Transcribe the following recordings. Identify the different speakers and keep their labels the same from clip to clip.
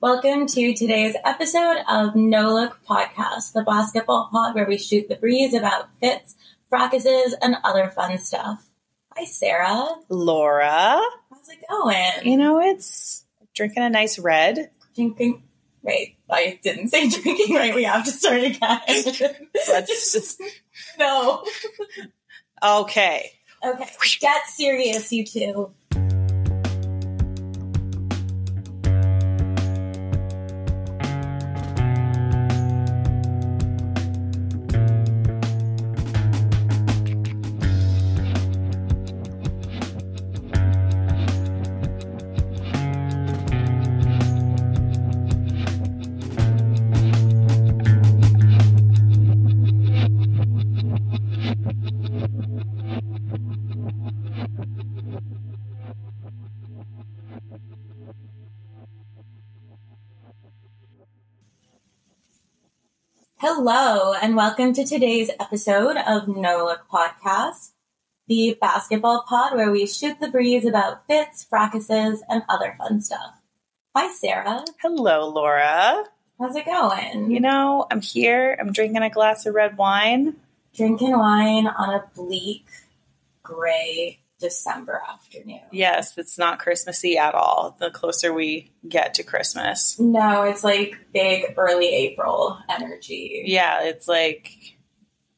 Speaker 1: Welcome to today's episode of No Look Podcast, the basketball pod where we shoot the breeze about fits, fracases, and other fun stuff. Hi, Sarah.
Speaker 2: Laura.
Speaker 1: How's it going?
Speaker 2: You know, it's drinking a nice red.
Speaker 1: Drinking. Wait, I didn't say drinking right. We have to start again.
Speaker 2: Let's just
Speaker 1: no.
Speaker 2: okay.
Speaker 1: Okay, get serious, you two. Hello, and welcome to today's episode of No Look Podcast, the basketball pod where we shoot the breeze about fits, fracases, and other fun stuff. Hi, Sarah.
Speaker 2: Hello, Laura.
Speaker 1: How's it going?
Speaker 2: You know, I'm here. I'm drinking a glass of red wine.
Speaker 1: Drinking wine on a bleak, gray December afternoon.
Speaker 2: Yes, it's not Christmassy at all. The closer we get to Christmas.
Speaker 1: No, it's like big early April energy.
Speaker 2: Yeah, it's like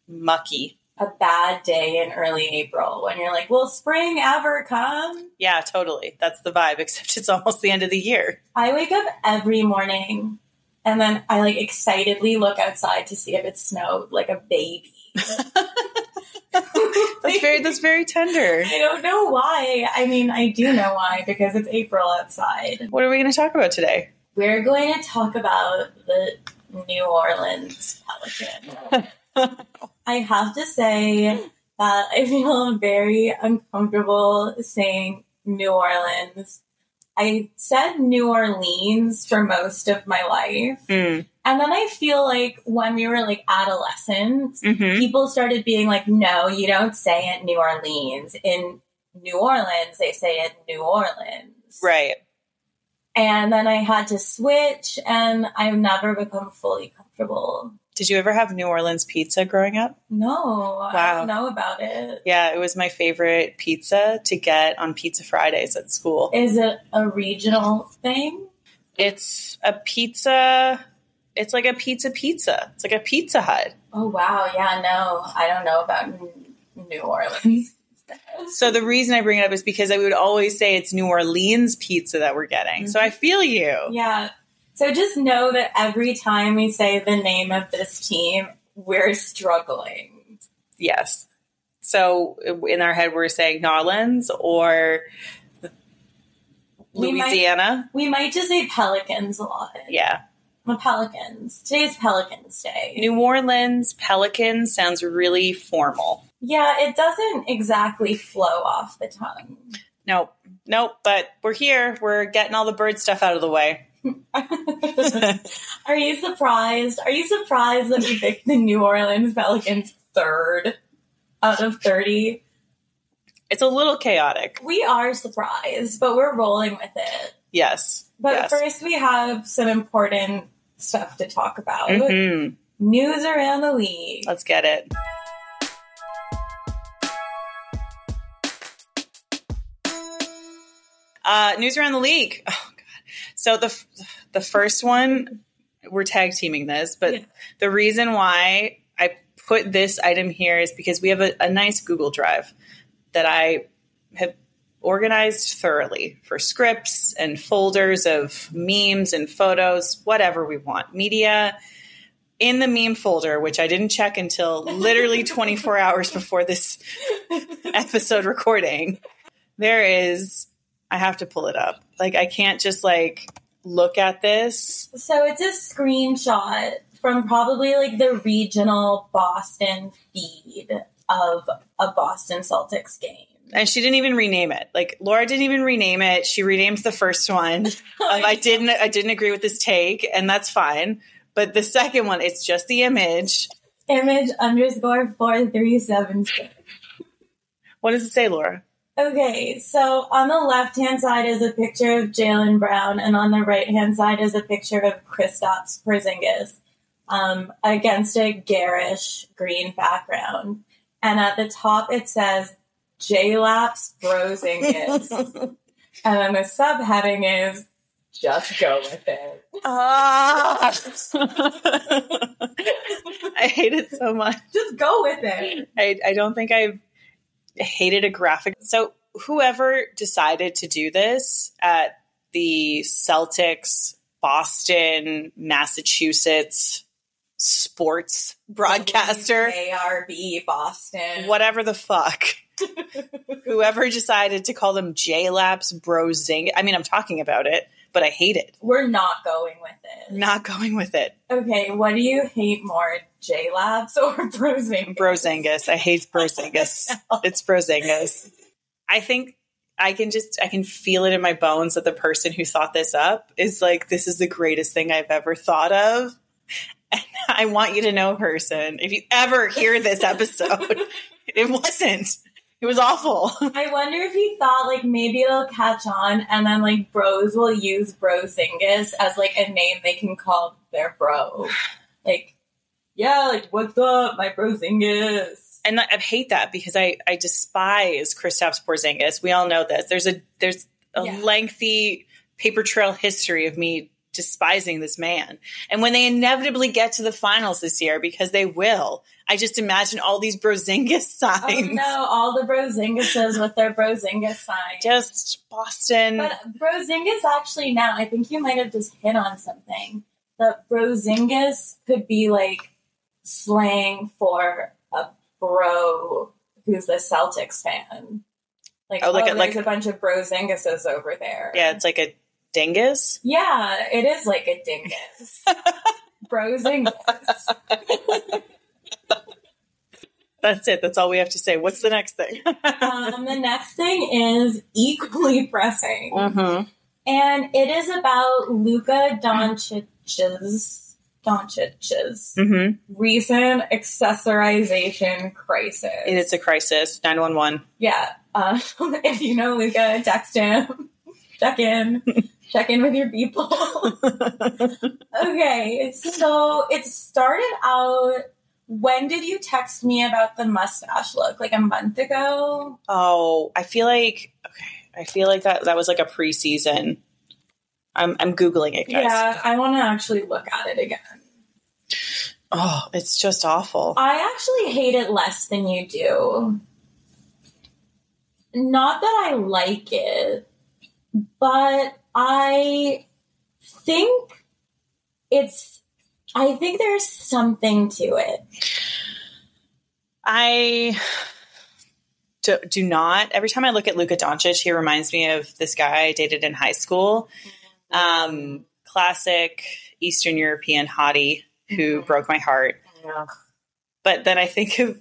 Speaker 2: mucky.
Speaker 1: a bad day in early April when you're like, will spring ever come?
Speaker 2: Yeah, totally. That's the vibe, except it's almost the end of the year.
Speaker 1: I wake up every morning and then I like excitedly look outside to see if it snowed like a baby.
Speaker 2: That's very that's very tender.
Speaker 1: I don't know why. I mean, I do know why because it's April outside.
Speaker 2: What are we gonna talk about today?
Speaker 1: We're going to talk about the New Orleans Pelican. I have to say that I feel very uncomfortable saying New Orleans. I said New Orleans for most of my life.
Speaker 2: Mm.
Speaker 1: And then I feel like when we were like adolescents,
Speaker 2: hmm
Speaker 1: people started being like, no, you don't say it New Orleans. In New Orleans, they say it New Orleans.
Speaker 2: Right.
Speaker 1: And then I had to switch, and I've never become fully comfortable.
Speaker 2: Did you ever have New Orleans pizza growing up?
Speaker 1: No, I
Speaker 2: Wow.
Speaker 1: don't know about it.
Speaker 2: Yeah, it was my favorite pizza to get on Pizza Fridays at school.
Speaker 1: Is it a regional thing?
Speaker 2: It's a pizza. It's like a pizza pizza. It's like a Pizza Hut.
Speaker 1: Oh, wow. Yeah, no, I don't know about N- New Orleans.
Speaker 2: So the reason I bring it up is because I would always say it's New Orleans pizza that we're getting. So I feel you.
Speaker 1: Yeah. So just know that every time we say the name of this team, we're struggling.
Speaker 2: Yes. So in our head, we're saying Narlands or
Speaker 1: We might-
Speaker 2: Louisiana.
Speaker 1: We might just say Pelicans a lot.
Speaker 2: yeah.
Speaker 1: The Pelicans. Today's Pelicans Day.
Speaker 2: New Orleans Pelican sounds really formal.
Speaker 1: yeah, it doesn't exactly flow off the tongue.
Speaker 2: Nope. Nope. But we're here. We're getting all the bird stuff out of the way.
Speaker 1: Are you surprised? Are you surprised that we picked the New Orleans Pelicans third out of 30?
Speaker 2: It's a little chaotic.
Speaker 1: We are surprised, but we're rolling with it.
Speaker 2: Yes.
Speaker 1: But
Speaker 2: yes.
Speaker 1: first, we have some important stuff to talk about.
Speaker 2: Mhm.
Speaker 1: News around the league.
Speaker 2: Let's get it. Uh, news around the league. Oh, God. So the f- the first one, we're tag teaming this, but
Speaker 1: Yeah.
Speaker 2: the reason why I put this item here is because we have a, a nice Google Drive that I have organized thoroughly for scripts and folders of memes and photos, whatever we want, media. In the meme folder, which I didn't check until literally 24 hours before this episode recording, there is, I have to pull it up. Like, I can't just like look at this.
Speaker 1: So it's a screenshot from probably like the regional Boston feed of a Boston Celtics game.
Speaker 2: And she didn't even rename it. Like, Laura didn't even rename it. She renamed the first one. Um, I didn't. I didn't agree with this take, and that's fine. But the second one, it's just the image.
Speaker 1: Image underscore four three seven six.
Speaker 2: What does it say, Laura?
Speaker 1: Okay, so on the left hand side is a picture of Jalen Brown, and on the right hand side is a picture of Kristaps Porzingis um, against a garish green background. And at the top it says J-Laps Brozingis. and then the subheading is just go with it.
Speaker 2: Ah! I hate it so much.
Speaker 1: Just go with it.
Speaker 2: I, I don't think I've hated a graphic. So, whoever decided to do this at the Celtics, Boston, Massachusetts sports broadcaster,
Speaker 1: ARB Boston.
Speaker 2: whatever the fuck, whoever decided to call them J Labs Brozing, I mean, I'm talking about it, but I hate it.
Speaker 1: We're not going with it.
Speaker 2: Not going with it.
Speaker 1: Okay, what do you hate more, J Labs or Brozing?
Speaker 2: Brozingus. I hate Brozingus. it's Brozingus. I think I can just I can feel it in my bones that the person who thought this up is like, this is the greatest thing I've ever thought of. And I want you to know, person, if you ever hear this episode, it wasn't. It was awful.
Speaker 1: I wonder if he thought like maybe it'll catch on, and then like bros will use Brozingus as like a name they can call their bro. Like, yeah, like what's up, my Brozingus?
Speaker 2: And I I hate that because I, I despise Kristaps Porzingis. We all know this. There's a there's a
Speaker 1: Yeah.
Speaker 2: lengthy paper trail history of me despising this man. And when they inevitably get to the finals this year, because they will, I just imagine all these Brozingis
Speaker 1: Oh
Speaker 2: signs.
Speaker 1: no, all the Brozinguses with their Brozingus sign.
Speaker 2: Just Boston.
Speaker 1: But Brozingus actually now, I think you might have just hit on something. That Brozingus could be like slang for a bro who's a Celtics fan. Like,
Speaker 2: Oh,
Speaker 1: oh,
Speaker 2: like a-
Speaker 1: there's
Speaker 2: like-
Speaker 1: a bunch of Brozinguses over there.
Speaker 2: yeah, it's like a dingus.
Speaker 1: Yeah, it is like a dingus. Brozingus.
Speaker 2: That's it. That's all we have to say. What's the next thing?
Speaker 1: Um, the next thing is equally pressing.
Speaker 2: Mhm.
Speaker 1: And it is about Luka Doncic's Doncic's
Speaker 2: Mhm.
Speaker 1: recent accessorization crisis.
Speaker 2: And It's a crisis. 911.
Speaker 1: yeah. Um, if you know Luca, text him. Check in. Check in with your people. okay, so it started out. When did you text me about the mustache look? Like a month ago?
Speaker 2: Oh, I feel like okay. I feel like that that was like a preseason. I'm I'm googling it, guys.
Speaker 1: Yeah, I want to actually look at it again.
Speaker 2: Oh, it's just awful.
Speaker 1: I actually hate it less than you do. Not that I like it, but I think it's. I think there's something to it.
Speaker 2: I do, do not. Every time I look at Luka Doncic, he reminds me of this guy I dated in high school. Um, classic Eastern European hottie who
Speaker 1: Mhm.
Speaker 2: broke my heart. But then I think of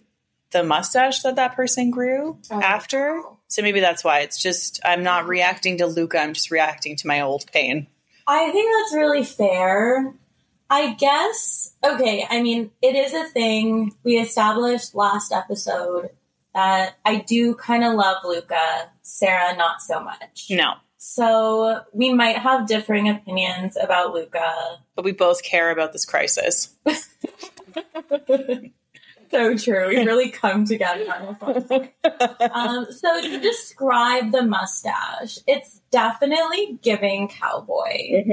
Speaker 2: the mustache that that person grew
Speaker 1: Oh.
Speaker 2: after. So maybe that's why it's just I'm not reacting to Luca. I'm just reacting to my old pain.
Speaker 1: I think that's really fair. I guess, okay, I mean, it is a thing. We established last episode that I do kind of love Luca, Sarah, not so much.
Speaker 2: No,
Speaker 1: So we might have differing opinions about Luca.
Speaker 2: but we both care about this crisis.
Speaker 1: So true. We really come together on this one. Um, so to describe the mustache, it's definitely giving cowboy,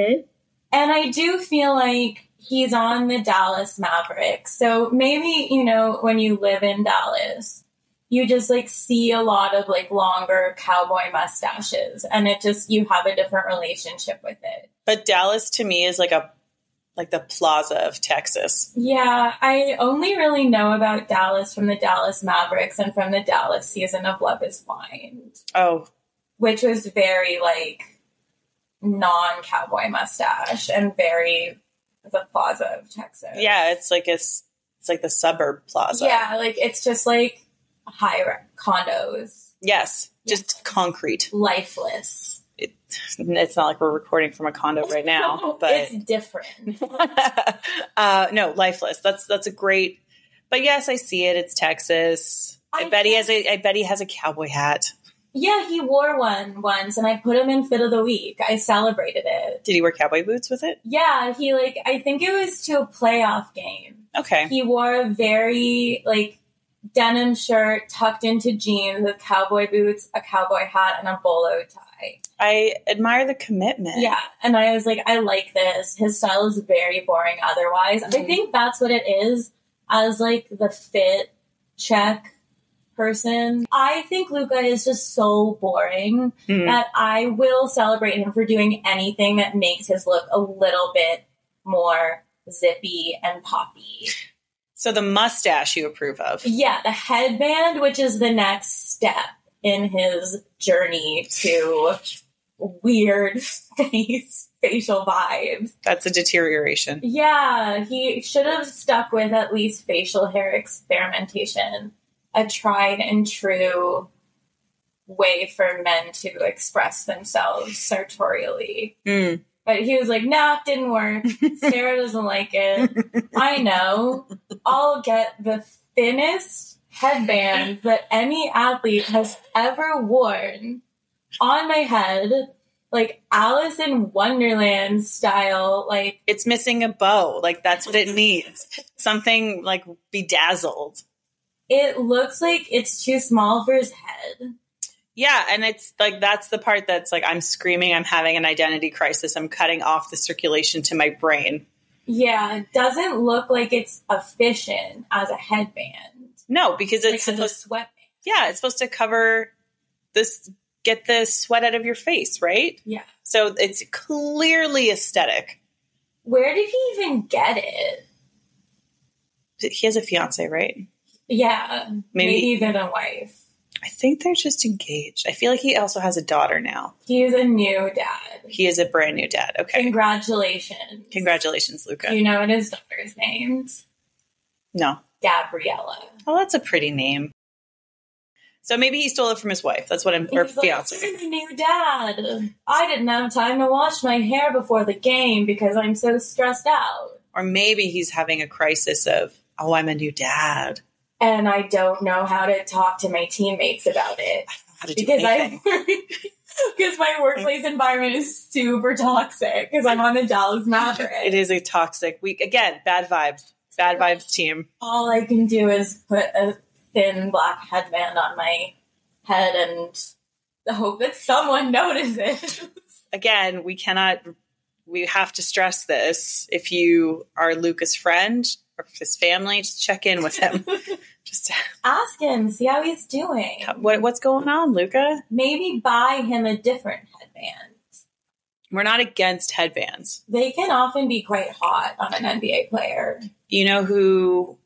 Speaker 1: and I do feel like he's on the Dallas Mavericks. So maybe you know when you live in Dallas, you just like see a lot of like longer cowboy mustaches, and it just you have a different relationship with it.
Speaker 2: But Dallas to me is like a like the plaza of Texas.
Speaker 1: Yeah, I only really know about Dallas from the Dallas Mavericks and from the Dallas season of Love is Blind,
Speaker 2: Oh,
Speaker 1: which was very like non cowboy mustache and very the plaza of Texas.
Speaker 2: yeah, it's like it's it's like the suburb plaza.
Speaker 1: Yeah, like it's just like high re- condos,
Speaker 2: Yes, just concrete.
Speaker 1: lifeless.
Speaker 2: It, it's not like we're recording from a condo right now, but
Speaker 1: it's different.
Speaker 2: uh, no, lifeless. That's that's a great. But yes, I see it. It's Texas. I,
Speaker 1: I
Speaker 2: bet he
Speaker 1: guess-
Speaker 2: has a. I bet he has a cowboy hat.
Speaker 1: Yeah, he wore one once, and I put him in fit of the week. I celebrated it.
Speaker 2: Did he wear cowboy boots with it?
Speaker 1: Yeah, he like I think it was to a playoff game.
Speaker 2: Okay.
Speaker 1: He wore a very like denim shirt tucked into jeans with cowboy boots, a cowboy hat, and a bolo tie.
Speaker 2: I admire the commitment.
Speaker 1: Yeah, and I was like, I like this. His style is very boring otherwise. I think that's what it is as like the fit check person. I think Luca is just so boring
Speaker 2: Mhm.
Speaker 1: that I will celebrate him for doing anything that makes his look a little bit more zippy and poppy.
Speaker 2: So the mustache you approve of.
Speaker 1: Yeah, the headband, which is the next step in his journey to weird face facial vibes.
Speaker 2: That's a deterioration.
Speaker 1: Yeah, he should have stuck with at least facial hair experimentation, a tried and true way for men to express themselves sartorially.
Speaker 2: Mm.
Speaker 1: But he was like, nah, didn't work. Sarah doesn't like it. I know. I'll get the thinnest headband that any athlete has ever worn on my head, like Alice in Wonderland style, like
Speaker 2: It's missing a bow. Like that's what it needs. Something like bedazzled.
Speaker 1: it looks like it's too small for his head.
Speaker 2: Yeah, and it's like that's the part that's like I'm screaming. I'm having an identity crisis. I'm cutting off the circulation to my brain.
Speaker 1: Yeah, it doesn't look like it's efficient as a headband.
Speaker 2: No, because
Speaker 1: Like
Speaker 2: it's
Speaker 1: as a
Speaker 2: supposed.
Speaker 1: sweatband.
Speaker 2: Yeah, it's supposed to cover this. Get the sweat out of your face, right?
Speaker 1: Yeah.
Speaker 2: So it's clearly aesthetic.
Speaker 1: Where did he even get it?
Speaker 2: He has a fiance, right?
Speaker 1: Yeah,
Speaker 2: Maybe-
Speaker 1: maybe, even a wife.
Speaker 2: I think they're just engaged. I feel like he also has a daughter now.
Speaker 1: He's a new dad.
Speaker 2: He is a brand new dad. Okay.
Speaker 1: Congratulations.
Speaker 2: Congratulations, Luca.
Speaker 1: Do you know what his daughter's name's?
Speaker 2: No.
Speaker 1: Gabriella.
Speaker 2: Oh, that's a pretty name. So maybe he stole it from his wife. That's what I'm, or
Speaker 1: He's like,
Speaker 2: fiance.
Speaker 1: "I'm a new dad. I didn't have time to wash my hair before the game because I'm so stressed out.
Speaker 2: Or maybe he's having a crisis of, oh, I'm a new dad.
Speaker 1: And I don't know how to talk to my teammates about it.
Speaker 2: I don't know how to do
Speaker 1: because I
Speaker 2: anything.
Speaker 1: because my workplace environment is super toxic because I'm on the Dallas
Speaker 2: It
Speaker 1: Mavericks.
Speaker 2: is a toxic week. Again, bad vibes. Bad vibes team.
Speaker 1: All I can do is put a thin black headband on my head and hope that someone notices.
Speaker 2: Again, we cannot, we have to stress this. If you are Luca's friend or his family, just check in with him. just
Speaker 1: Ask him, see how he's doing.
Speaker 2: what, what's going on, Luca?
Speaker 1: Maybe buy him a different headband.
Speaker 2: We're not against headbands.
Speaker 1: They can often be quite hot on an NBA player.
Speaker 2: You know who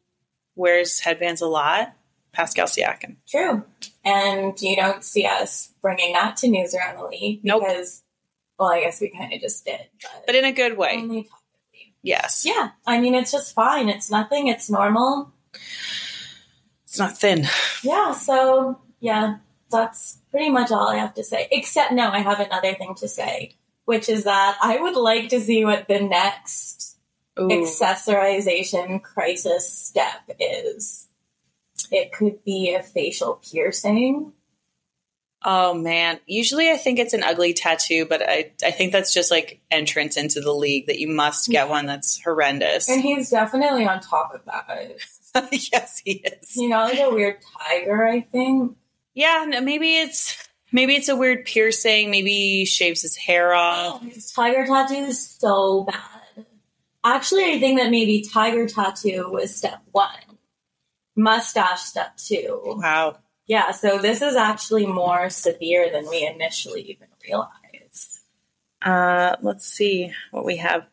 Speaker 2: wears headbands a lot? Pascal Siakam.
Speaker 1: True. And you don't see us bringing that to news around the league
Speaker 2: Nope.
Speaker 1: because, well, I guess we kind of just did.
Speaker 2: But in a good way.
Speaker 1: only topically.
Speaker 2: Yes.
Speaker 1: Um, Yeah, I mean, it's just fine. It's nothing. It's normal.
Speaker 2: It's not thin.
Speaker 1: Yeah, so yeah, that's pretty much all I have to say. Except, no, I have another thing to say, which is that I would like to see what the next
Speaker 2: Ooh.
Speaker 1: accessorization crisis step is. It could be a facial piercing.
Speaker 2: Oh man. Usually I think it's an ugly tattoo, but I, I think that's just like entrance into the league that you must get one that's horrendous.
Speaker 1: Mm-hmm. And he's definitely on top of that.
Speaker 2: yes, he is.
Speaker 1: You know, like a weird tiger, I think.
Speaker 2: Yeah, no, maybe it's maybe it's a weird piercing, maybe he shaves his hair off.
Speaker 1: His Oh, tiger tattoo is so bad. Actually, I think that maybe tiger tattoo was step one, mustache step two.
Speaker 2: Wow.
Speaker 1: Yeah, so this is actually more severe than we initially even realized.
Speaker 2: Uh, let's see what we have.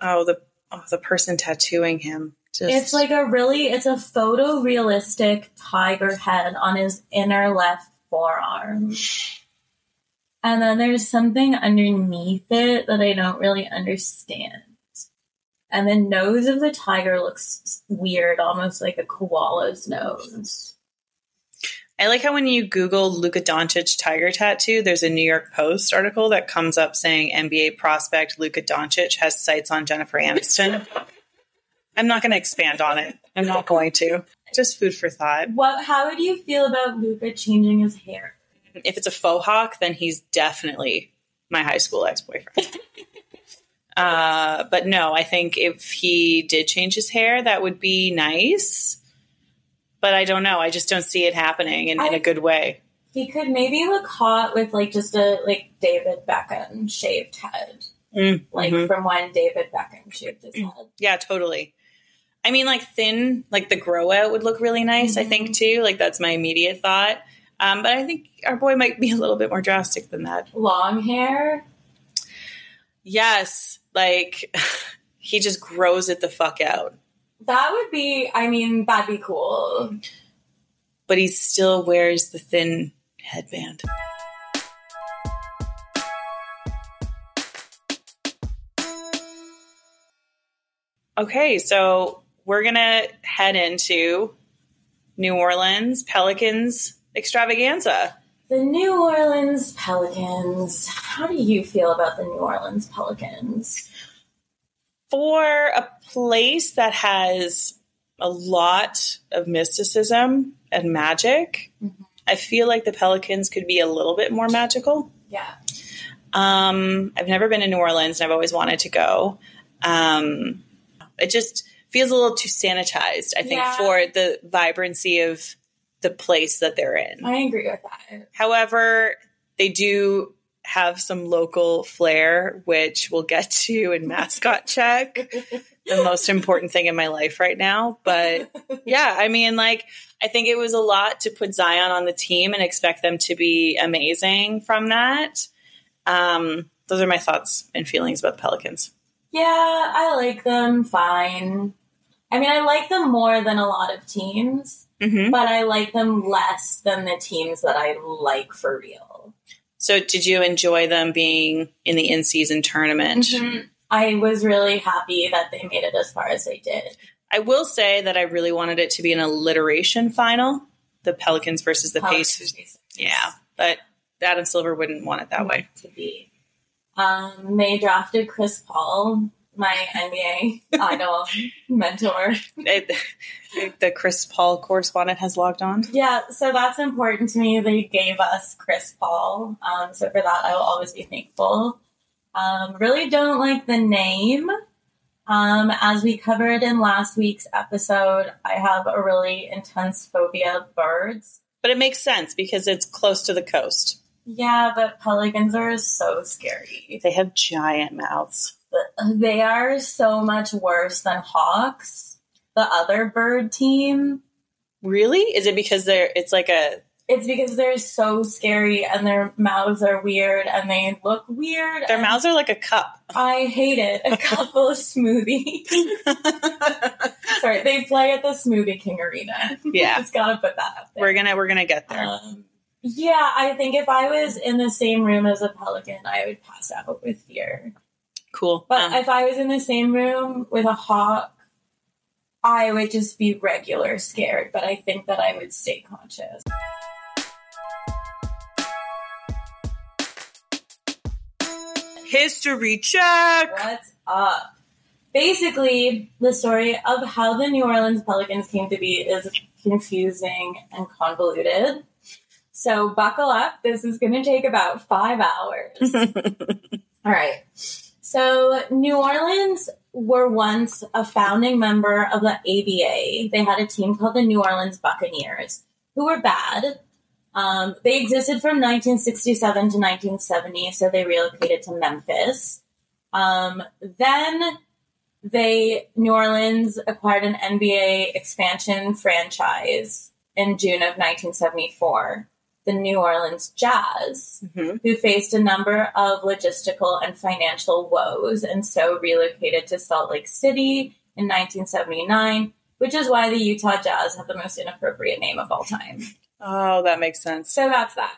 Speaker 2: Oh, the oh, the person tattooing him. Just,
Speaker 1: It's like a really, it's a photorealistic tiger head on his inner left forearm. And then there's something underneath it that I don't really understand. And the nose of the tiger looks weird, almost like a koala's nose.
Speaker 2: I like how when you Google Luka Doncic tiger tattoo, there's a New York Post article that comes up saying NBA prospect Luka Doncic has sights on Jennifer Aniston. I'm not going to expand on it. I'm not going to. Just food for thought.
Speaker 1: What? How would you feel about Luca changing his hair?
Speaker 2: If it's a faux hawk, then he's definitely my high school ex boyfriend. uh, but no, I think if he did change his hair, that would be nice. But I don't know. I just don't see it happening in, in
Speaker 1: I-
Speaker 2: a good way.
Speaker 1: He could maybe look hot with like just a like David Beckham shaved head,
Speaker 2: Mm,
Speaker 1: like
Speaker 2: mhm.
Speaker 1: from when David Beckham shaved his head.
Speaker 2: Yeah, totally. I mean, like thin, like the grow out would look really nice, I think, too. Like, that's my immediate thought. Um, but I think our boy might be a little bit more drastic than that.
Speaker 1: Long hair.
Speaker 2: Yes, like he just grows it the fuck out,
Speaker 1: That would be. I mean, that'd be cool.
Speaker 2: but he still wears the thin headband. Okay, so we're gonna head into New Orleans Pelicans extravaganza.
Speaker 1: The New Orleans Pelicans. How do you feel about the New Orleans Pelicans?
Speaker 2: for a place that has a lot of mysticism and magic,
Speaker 1: Mhm.
Speaker 2: I feel like the Pelicans could be a little bit more magical.
Speaker 1: Yeah.
Speaker 2: Um, I've never been to New Orleans and I've always wanted to go. Um, it just feels a little too sanitized, I think,
Speaker 1: Yeah.
Speaker 2: for the vibrancy of the place that they're in.
Speaker 1: I agree with that.
Speaker 2: However, they do have some local flair, which we'll get to in mascot check. the most important thing in my life right now. But yeah, I mean, like, I think it was a lot to put Zion on the team and expect them to be amazing from that. Um, those are my thoughts and feelings about the Pelicans.
Speaker 1: Yeah, I like them fine. I mean, I like them more than a lot of teams,
Speaker 2: hmm
Speaker 1: but I like them less than the teams that I like for real.
Speaker 2: So, did you enjoy them being in the in season tournament?
Speaker 1: I was really happy that they made it as far as they did.
Speaker 2: I will say that I really wanted it to be an alliteration final the Pelicans versus the Pacers. Yeah, but Adam Silver wouldn't want it that way.
Speaker 1: to be. Um, they drafted Chris Paul, my NBA idol mentor.
Speaker 2: It, the Chris Paul correspondent has logged on.
Speaker 1: Yeah, so that's important to me. They gave us Chris Paul, um, so for that I will always be thankful. Um, really don't like the name. Um, as we covered in last week's episode, I have a really intense phobia of birds.
Speaker 2: But it makes sense because it's close to the coast.
Speaker 1: Yeah, but pelicans are so scary.
Speaker 2: They have giant mouths.
Speaker 1: They are so much worse than hawks, the other bird team.
Speaker 2: Really? Is it because they're it's like a
Speaker 1: It's because they're so scary and their mouths are weird and they look weird.
Speaker 2: their
Speaker 1: and
Speaker 2: mouths are like a cup.
Speaker 1: I hate it. A couple of smoothie. Sorry, they play at the Smoothie King Arena.
Speaker 2: Yeah.
Speaker 1: Just gotta put that up there.
Speaker 2: We're gonna we're gonna get there.
Speaker 1: Um, yeah, I think if I was in the same room as a pelican, I would pass out with fear.
Speaker 2: Cool.
Speaker 1: But
Speaker 2: Um,
Speaker 1: if I was in the same room with a hawk, I would just be regular scared. But I think that I would stay conscious.
Speaker 2: history check.
Speaker 1: What's up? Basically, the story of how the New Orleans Pelicans came to be is confusing and convoluted. So, buckle up. This is going to take about five hours. All right. So, New Orleans were once a founding member of the ABA. They had a team called the New Orleans Buccaneers, who were bad. Um, they existed from 1967 to 1970, so they relocated to Memphis. Um, then they New Orleans acquired an NBA expansion franchise in June of 1974, the New Orleans Jazz,
Speaker 2: Mhm.
Speaker 1: who faced a number of logistical and financial woes and so relocated to Salt Lake City in 1979, which is why the Utah Jazz have the most inappropriate name of all time.
Speaker 2: Oh, that makes sense.
Speaker 1: So that's that.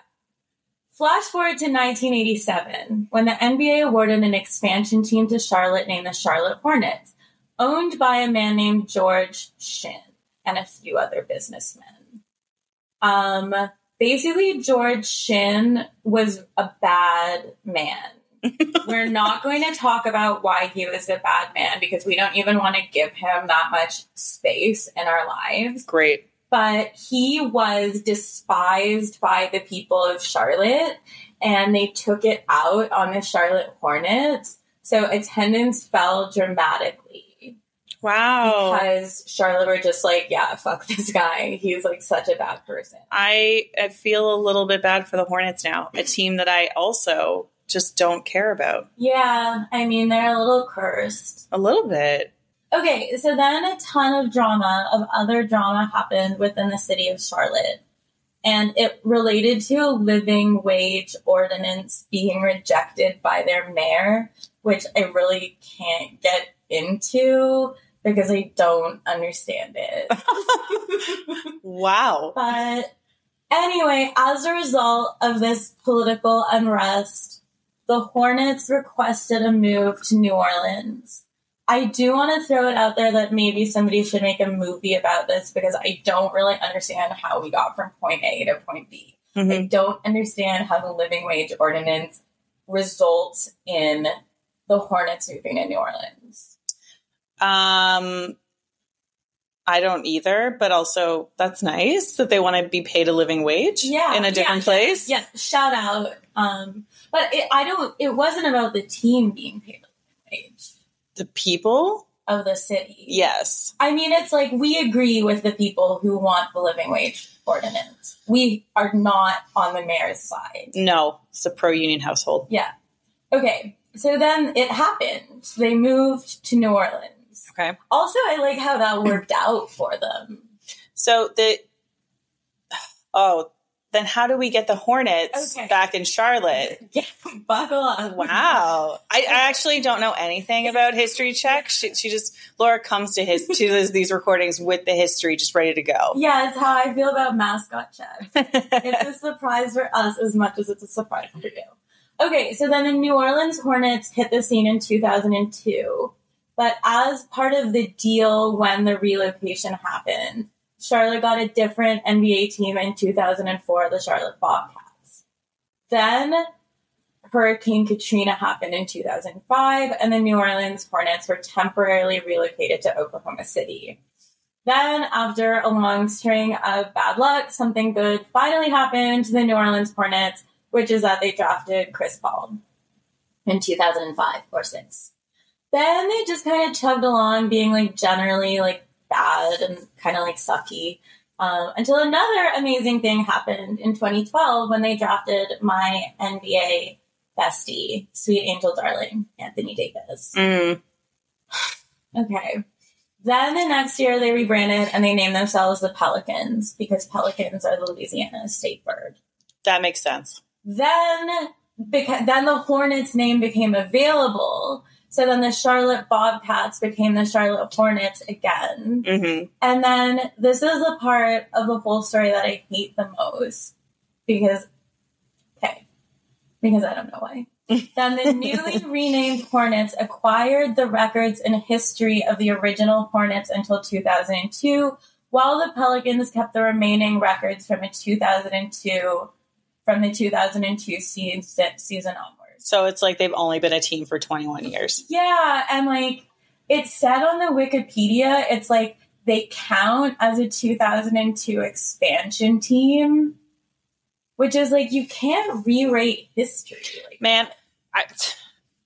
Speaker 1: Flash forward to 1987, when the NBA awarded an expansion team to Charlotte named the Charlotte Hornets, owned by a man named George Shin and a few other businessmen. Um, basically, George Shin was a bad man. We're not going to talk about why he was a bad man because we don't even want to give him that much space in our lives
Speaker 2: Great.
Speaker 1: but he was despised by the people of Charlotte and they took it out on the Charlotte Hornets. So attendance fell dramatically
Speaker 2: Wow.
Speaker 1: because Charlotte were just like, yeah, fuck this guy. He's like such a bad person.
Speaker 2: I, I feel a little bit bad for the Hornets now, a team that I also just don't care about.
Speaker 1: Yeah, I mean, they're a little cursed.
Speaker 2: A little bit.
Speaker 1: Okay, so then a ton of drama, of other drama happened within the city of Charlotte. And it related to a living wage ordinance being rejected by their mayor, which I really can't get into because I don't understand it.
Speaker 2: Wow.
Speaker 1: But anyway, as a result of this political unrest, the Hornets requested a move to New Orleans. I do want to throw it out there that maybe somebody should make a movie about this because I don't really understand how we got from point A to point B. I
Speaker 2: Mhm.
Speaker 1: don't understand how the living wage ordinance results in the Hornets moving to New Orleans.
Speaker 2: Um, I don't either, but also that's nice that they want to be paid a living wage
Speaker 1: Yeah,
Speaker 2: in a different place.
Speaker 1: Yeah, shout out. Um, but it, I don't. It wasn't about the team being paid a living wage
Speaker 2: The people?
Speaker 1: of the city.
Speaker 2: Yes.
Speaker 1: I mean, it's like we agree with the people who want the living wage ordinance. We are not on the mayor's side.
Speaker 2: No, it's a pro union household.
Speaker 1: Okay, so then it happened. They moved to New Orleans.
Speaker 2: Okay.
Speaker 1: Also, I like how that worked out for them.
Speaker 2: So the oh, then how do we get the Hornets
Speaker 1: Okay.
Speaker 2: back in Charlotte?
Speaker 1: Yeah, buckle up.
Speaker 2: Wow, I, I actually don't know anything about history check. She, she just Laura comes to his to his, these recordings with the history just ready to go.
Speaker 1: Yeah, it's how I feel about mascot check. it's a surprise for us as much as it's a surprise for you. Okay, so then the New Orleans Hornets hit the scene in 2002. But as part of the deal when the relocation happened, Charlotte got a different NBA team in 2004, the Charlotte Bobcats. Then Hurricane Katrina happened in 2005, and the New Orleans Hornets were temporarily relocated to Oklahoma City. Then, after a long string of bad luck, something good finally happened to the New Orleans Hornets, which is that they drafted Chris Paul in 2005 or 6. Then they just kind of chugged along, being like generally like bad and kind of like sucky. Um, until another amazing thing happened in 2012 when they drafted my NBA bestie, sweet angel darling, Anthony Davis.
Speaker 2: Mm.
Speaker 1: Okay. Then the next year they rebranded and they named themselves the Pelicans because pelicans are the Louisiana state bird.
Speaker 2: that makes sense.
Speaker 1: Then beca- then the Hornets name became available. So then the Charlotte Bobcats became the Charlotte Hornets again.
Speaker 2: hmm
Speaker 1: And then this is the part of the whole story that I hate the most because, okay, because I don't know why. then the newly renamed Hornets acquired the records and history of the original Hornets until 2002, while the Pelicans kept the remaining records from a 2002 from the 2002 season, season onwards.
Speaker 2: So it's like they've only been a team for 21 years.
Speaker 1: Yeah, and like it said on the Wikipedia, it's like they count as a 2002 expansion team, which is like you can't re-rate history. Like,
Speaker 2: Man, I,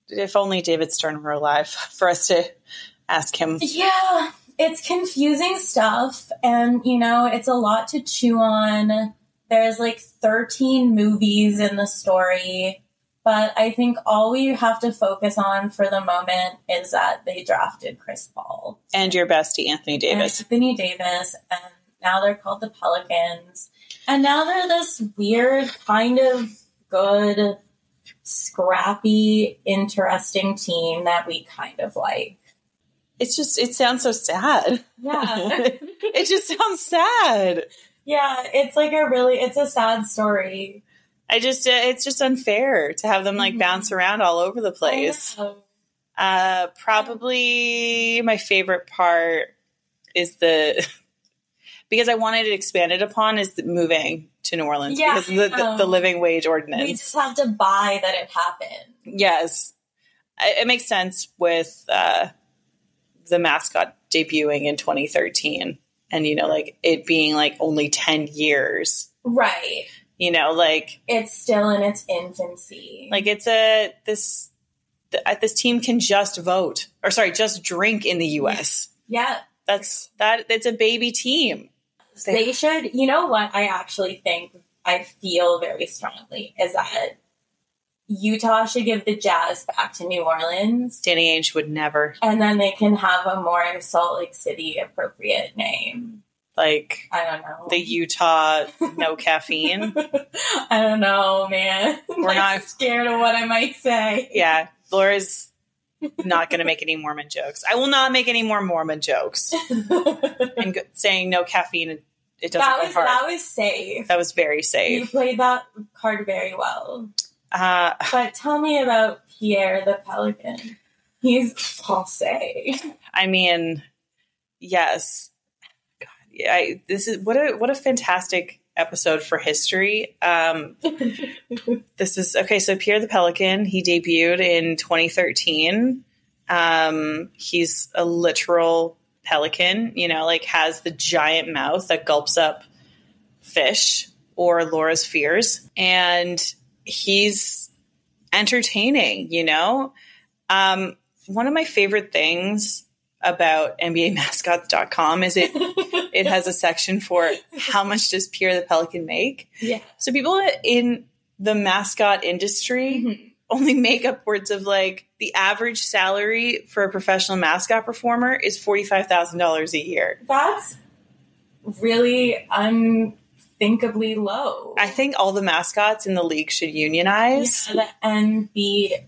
Speaker 2: if only David Stern were alive for us to ask him.
Speaker 1: yeah, it's confusing stuff, and you know it's a lot to chew on. There's like 13 movies in the story, but I think all we have to focus on for the moment is that they drafted Chris Paul.
Speaker 2: and your bestie Anthony Davis.
Speaker 1: Anthony Davis, and now they're called the Pelicans. And now they're this weird, kind of good, scrappy, interesting team that we kind of like.
Speaker 2: It's just it sounds so sad.
Speaker 1: Yeah.
Speaker 2: It just sounds sad.
Speaker 1: yeah, it's like a really it's a sad story.
Speaker 2: I just uh, it's just unfair to have them like
Speaker 1: Mhm.
Speaker 2: bounce around all over the
Speaker 1: I
Speaker 2: place.
Speaker 1: know.
Speaker 2: Uh probably my favorite part is the because I wanted it expanded upon is the moving to New Orleans
Speaker 1: Yeah,
Speaker 2: because of the,
Speaker 1: I
Speaker 2: the,
Speaker 1: know.
Speaker 2: the living wage
Speaker 1: We
Speaker 2: ordinance.
Speaker 1: just have to buy that it happened.
Speaker 2: Yes, I, it makes sense with uh, the mascot debuting in 2013 and you know like it being like only 10 years
Speaker 1: Right.
Speaker 2: you know like
Speaker 1: It's still in its infancy.
Speaker 2: like it's a this th- uh, this team can just vote or sorry just drink in the US
Speaker 1: yeah.
Speaker 2: that's that it's a baby team
Speaker 1: They should, you know what I actually think I feel very strongly is that Utah should give the Jazz back to New Orleans
Speaker 2: Danny Ainge would never
Speaker 1: and then they can have a more Salt Lake City appropriate name.
Speaker 2: like
Speaker 1: I don't know.
Speaker 2: the Utah no caffeine
Speaker 1: I don't know, man.
Speaker 2: We're
Speaker 1: I'm
Speaker 2: not-
Speaker 1: scared of what I might say.
Speaker 2: yeah Laura's not going to make any Mormon jokes I will not make any more Mormon jokes and go- saying no caffeine it doesn't
Speaker 1: that
Speaker 2: go
Speaker 1: was
Speaker 2: hard
Speaker 1: that was safe.
Speaker 2: that was very
Speaker 1: You
Speaker 2: safe
Speaker 1: played that card very well.
Speaker 2: uh,
Speaker 1: But tell me about Pierre the Pelican. He's passe.
Speaker 2: I mean, yes. God, yeah, I, this is what a what a fantastic episode for history. Um, this is okay. So Pierre the Pelican, he debuted in 2013. Um, he's a literal pelican. You know, like has the giant mouth that gulps up fish or Laura's fears, and he's entertaining. You know. Um, one of my favorite things about NBAmascots.com is it it has a section for how much does Pierre the Pelican make.
Speaker 1: Yeah.
Speaker 2: So people in the mascot industry
Speaker 1: Mm-hmm.
Speaker 2: only make upwards of like the average salary for a professional mascot performer is forty five thousand dollars a year.
Speaker 1: That's really unthinkably low.
Speaker 2: I think all the mascots in the league should
Speaker 1: yeah,
Speaker 2: unionize.
Speaker 1: the NBMA.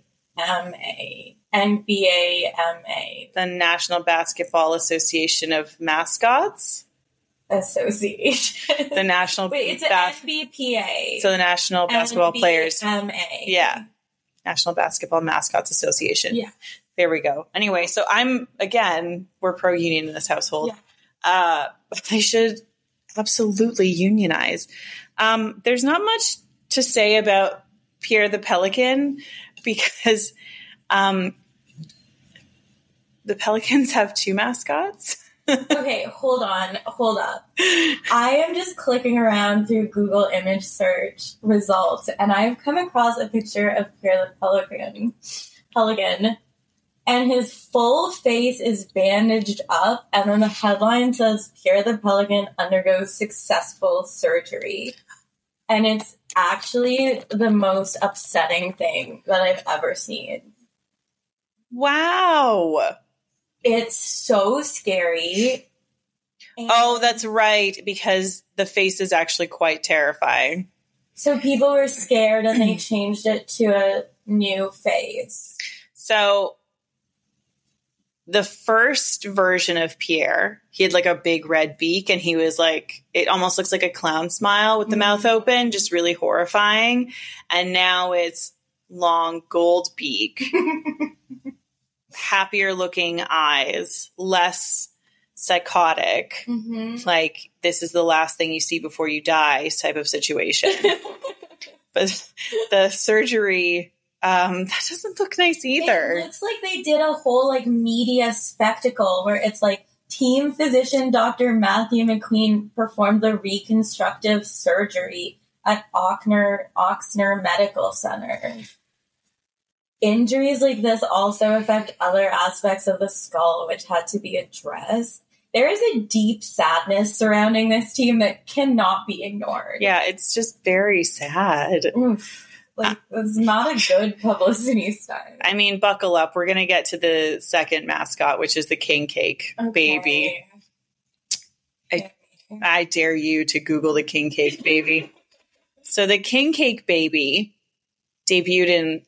Speaker 1: NBAMA
Speaker 2: The National Basketball Association of Mascots,
Speaker 1: Association.
Speaker 2: the National
Speaker 1: Wait, it's an
Speaker 2: Bas-
Speaker 1: NBPA.
Speaker 2: so the National Basketball Players
Speaker 1: NBMA.
Speaker 2: Yeah. Um, National Basketball Mascots Association.
Speaker 1: Yeah.
Speaker 2: There we go. Anyway, so I'm again, we're pro union in this household. Uh they should absolutely unionize. Um there's not much to say about Pierre the Pelican because um the Pelicans have two mascots.
Speaker 1: Okay, hold on, hold up. I am just clicking around through Google image search results, and I've come across a picture of Pierre the Pelican. Pelican. And his full face is bandaged up, and then the headline says Pierre the Pelican undergoes successful surgery. And it's actually the most upsetting thing that I've ever seen.
Speaker 2: Wow.
Speaker 1: It's so scary. And-
Speaker 2: Oh, that's right because the face is actually quite terrifying.
Speaker 1: So people were scared and they changed it to a new face.
Speaker 2: So the first version of Pierre, he had like a big red beak and he was like it almost looks like a clown smile with the
Speaker 1: Mhm.
Speaker 2: mouth open, just really horrifying. And now it's long gold beak. happier looking eyes, less psychotic.
Speaker 1: Mm-hmm.
Speaker 2: Like this is the last thing you see before you die type of situation. but the surgery um that doesn't look nice either.
Speaker 1: It looks like they did a whole like media spectacle where it's like team physician Dr. Matthew McQueen performed the reconstructive surgery at Ochsner Oxner Medical Center. Injuries like this also affect other aspects of the skull, which had to be addressed. There is a deep sadness surrounding this team that cannot be ignored.
Speaker 2: Yeah, it's just very sad.
Speaker 1: Oof. Like, it's not a good publicity stunt.
Speaker 2: I mean, buckle up. We're going to get to the second mascot, which is the king cake baby. I- I dare you to Google the king cake baby. so, the king cake baby debuted in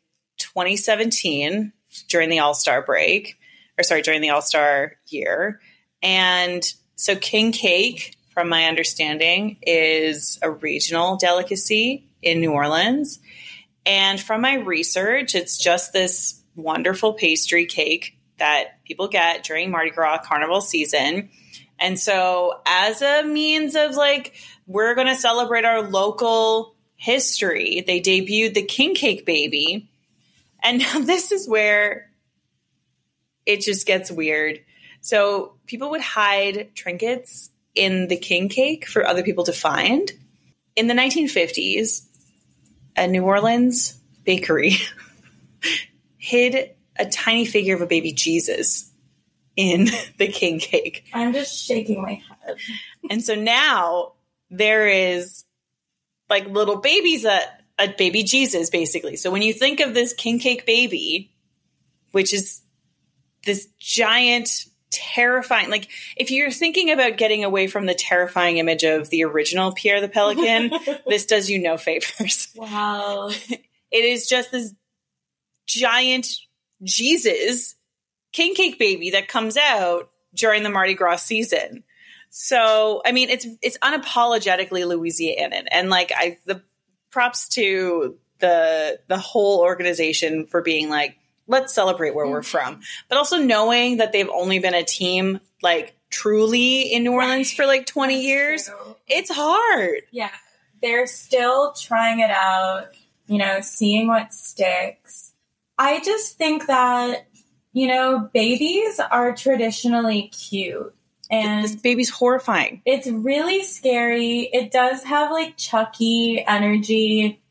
Speaker 2: 2017 during the All Star break, or sorry, during the All Star year. And so, king cake, from my understanding, is a regional delicacy in New Orleans. And from my research, it's just this wonderful pastry cake that people get during Mardi Gras carnival season. And so, as a means of like, we're going to celebrate our local history, they debuted the King Cake Baby. And now this is where it just gets weird. So, people would hide trinkets in the king cake for other people to find. In the 1950s, a New Orleans bakery hid a tiny figure of a baby Jesus in the king cake.
Speaker 1: I'm just shaking my head.
Speaker 2: And so now there is like little babies at a baby Jesus basically. So when you think of this king cake baby, which is this giant terrifying like if you're thinking about getting away from the terrifying image of the original Pierre the Pelican, this does you no favors.
Speaker 1: Wow.
Speaker 2: It is just this giant Jesus king cake baby that comes out during the Mardi Gras season. So I mean, it's it's unapologetically Louisianan, and like I the props to the the whole organization for being like let's celebrate where we're from, but also knowing that they've only been a team like truly in New Orleans for like twenty
Speaker 1: That's
Speaker 2: years.
Speaker 1: true.
Speaker 2: It's hard.
Speaker 1: Yeah. They're still trying it out, you know, seeing what sticks. I just think that, you know, babies are traditionally cute. And
Speaker 2: this baby's horrifying.
Speaker 1: It's really scary. It does have like Chucky energy.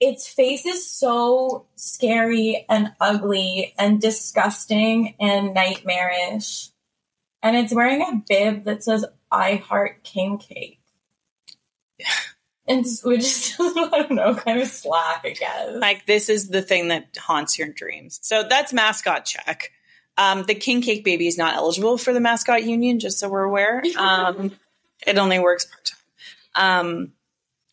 Speaker 1: Its face is so scary and ugly and disgusting and nightmarish. And it's wearing a bib that says I heart king cake. And s- which is I don't know, kind of slack, I guess.
Speaker 2: Like this is the thing that haunts your dreams. So that's mascot check. Um, the king cake baby is not eligible for the mascot union, just so we're aware. Um, it only works part time. Um,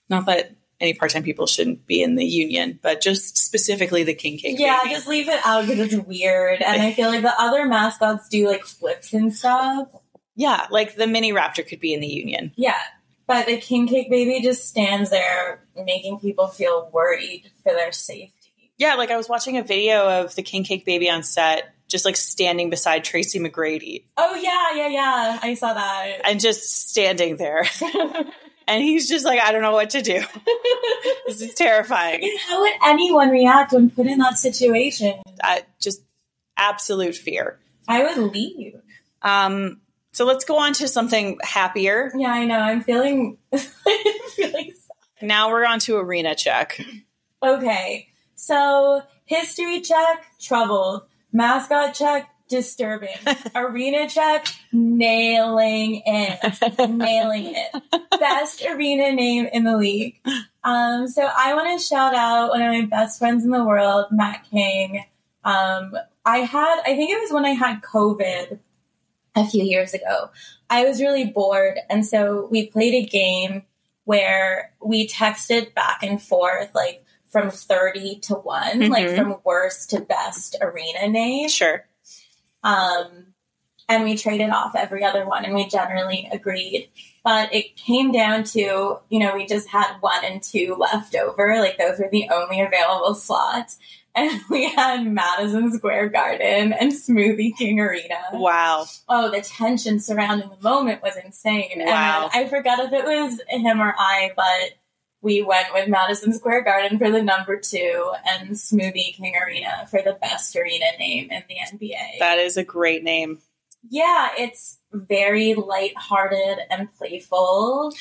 Speaker 2: not that any part time people shouldn't be in the union, but just specifically the king cake.
Speaker 1: yeah,
Speaker 2: baby.
Speaker 1: just leave it out because it's weird. And I feel like the other mascots do like flips and stuff.
Speaker 2: yeah, like the mini raptor could be in the union.
Speaker 1: Yeah, but the king cake baby just stands there making people feel worried for their safety.
Speaker 2: Yeah, like I was watching a video of the king cake baby on set, just like standing beside Tracy McGrady
Speaker 1: Oh yeah, yeah, yeah. I saw that.
Speaker 2: and just standing there. And he's just like, I don't know what to do. this is terrifying.
Speaker 1: How would anyone react when put in that situation?
Speaker 2: I, Uh, just absolute fear.
Speaker 1: I would leave.
Speaker 2: Um, so let's go on to something happier.
Speaker 1: Yeah, I know. I'm feeling I'm feeling
Speaker 2: Now we're on to arena check.
Speaker 1: Okay, so history check, troubled. Mascot check, disturbing. arena check, nailing it. nailing it. Best arena name in the league. Um, so I want to shout out one of my best friends in the world, Matt King. Um, I had, I think it was when I had COVID a few years ago. I was really bored, and so we played a game where we texted back and forth, like from 30 to one like
Speaker 2: Mhm.
Speaker 1: from worst to best arena name
Speaker 2: Sure.
Speaker 1: um, and we traded off every other one and we generally agreed but it came down to you know we just had one and two left over like those were the only available slots and we had madison square garden and smoothie king arena
Speaker 2: Wow.
Speaker 1: oh, the tension surrounding the moment was insane.
Speaker 2: Wow.
Speaker 1: And I forgot if it was him or I, but we went with Madison Square Garden for the number two and Smoothie King Arena for the best arena name in the NBA.
Speaker 2: That is a great name.
Speaker 1: yeah, it's very lighthearted and playful.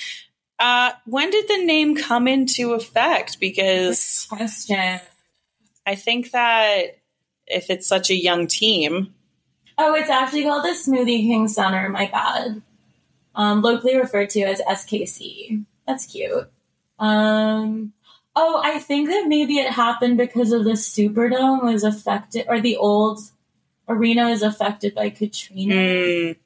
Speaker 2: Uh, when did the name come into effect? Because
Speaker 1: Question.
Speaker 2: I think that if it's such a young team,
Speaker 1: Oh, it's actually called the Smoothie King Center. My God, um, locally referred to as SKC. That's cute. Um, oh, I think that maybe it happened because of the Superdome was affected, or the old arena is affected by Katrina.
Speaker 2: mm,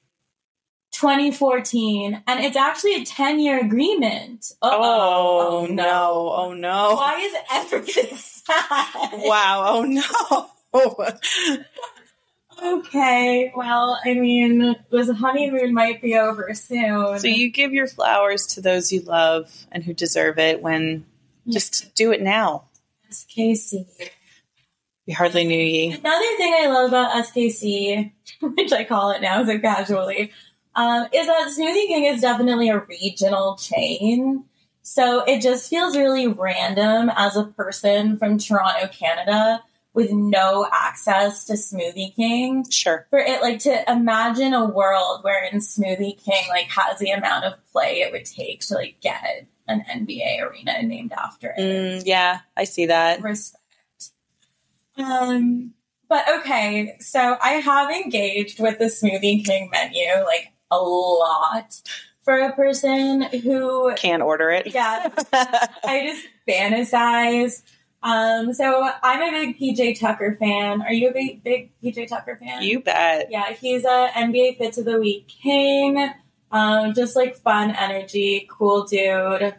Speaker 1: 2014, and it's actually a 10 year agreement.
Speaker 2: oh, no, oh no.
Speaker 1: Why is everything sad?
Speaker 2: Wow, oh no.
Speaker 1: Okay, well, I mean, this honeymoon might be over soon.
Speaker 2: So you give your flowers to those you love and who deserve it when just do it now.
Speaker 1: SKC.
Speaker 2: We hardly knew ye.
Speaker 1: Another thing I love about SKC, which I call it now so casually, um, is that Smoothie King is definitely a regional chain. So it just feels really random as a person from Toronto, Canada, with no access to Smoothie King.
Speaker 2: Sure.
Speaker 1: For it, like, to imagine a world wherein Smoothie King, like, has the amount of play it would take to, like, get an NBA arena named after it.
Speaker 2: Mm, yeah, I see that.
Speaker 1: Respect. Um, but okay, so I have engaged with the Smoothie King menu, like, a lot for a person who,
Speaker 2: Can order it.
Speaker 1: yeah, I just fantasize. Um, so I'm a big PJ Tucker fan. Are you a big, big PJ Tucker fan?
Speaker 2: you bet.
Speaker 1: Yeah, he's a NBA Fits of the Week king. Um, just like fun energy, cool dude.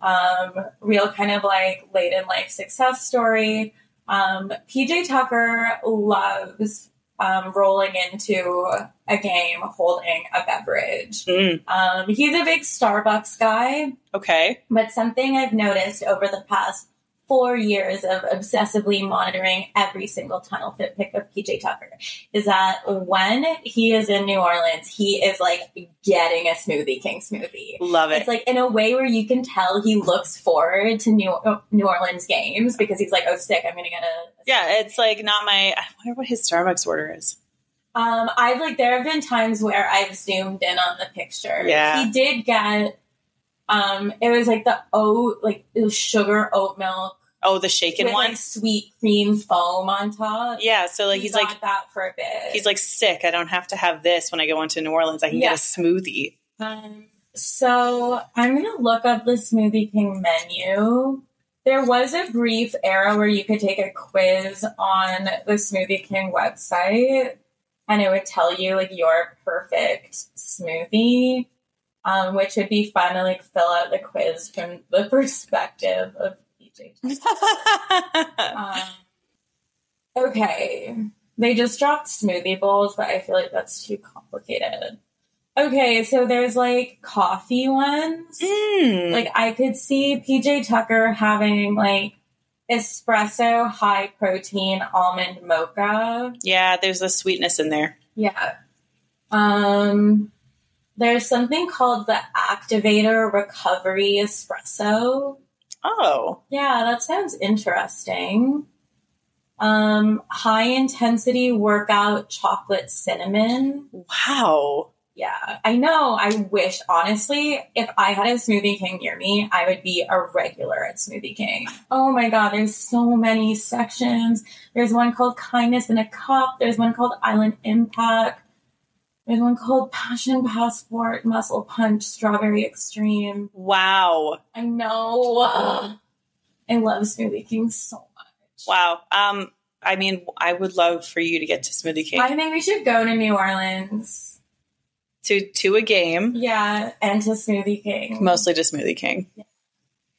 Speaker 1: Um, real kind of like late in life success story. Um, PJ Tucker loves um, rolling into a game holding a beverage.
Speaker 2: Mm,
Speaker 1: Um, he's a big Starbucks guy.
Speaker 2: okay.
Speaker 1: But something I've noticed over the past four years of obsessively monitoring every single tunnel fit pick of PJ Tucker is that when he is in New Orleans, he is like getting a Smoothie King smoothie.
Speaker 2: Love it.
Speaker 1: It's like in a way where you can tell he looks forward to New, New Orleans games because he's like, oh, sick, I'm going to get a.
Speaker 2: yeah, it's like not my. I wonder what his Starbucks order is.
Speaker 1: Um, I've like there have been times where I've zoomed in on the picture.
Speaker 2: Yeah.
Speaker 1: he did get. Um, it was like the oat, like it was sugar oat milk
Speaker 2: Oh, the shaken
Speaker 1: with
Speaker 2: one.
Speaker 1: like sweet cream foam on top.
Speaker 2: yeah, so like
Speaker 1: He
Speaker 2: he's
Speaker 1: got
Speaker 2: like
Speaker 1: that for a bit.
Speaker 2: he's like sick. I don't have to have this when I go into New Orleans. I can
Speaker 1: Yeah.
Speaker 2: get a smoothie.
Speaker 1: Um, so I'm gonna look up the Smoothie King menu. There was a brief era where you could take a quiz on the Smoothie King website, and it would tell you like your perfect smoothie, um, which would be fun to like fill out the quiz from the perspective of PJ. Um, okay. They just dropped smoothie bowls, but I feel like that's too complicated. Okay, so there's like coffee ones.
Speaker 2: Mm,
Speaker 1: Like I could see PJ Tucker having like espresso high protein almond mocha.
Speaker 2: yeah, there's a sweetness in there.
Speaker 1: Yeah. Um there's something called the activator recovery espresso.
Speaker 2: Oh,
Speaker 1: Yeah, that sounds interesting. Um, high intensity workout chocolate cinnamon.
Speaker 2: wow.
Speaker 1: Yeah, I know. I wish, honestly, if I had a Smoothie King near me, I would be a regular at Smoothie King. Oh my God, there's so many sections. There's one called Kindness in a Cup, there's one called Island Impact, there's one called Passion Passport, Muscle Punch, Strawberry Extreme.
Speaker 2: Wow.
Speaker 1: I know. I love Smoothie King so much.
Speaker 2: Wow. Um, I mean, I would love for you to get to Smoothie King
Speaker 1: I think we should go to New Orleans.
Speaker 2: to to a game,
Speaker 1: Yeah, and to Smoothie King.
Speaker 2: mostly to Smoothie King.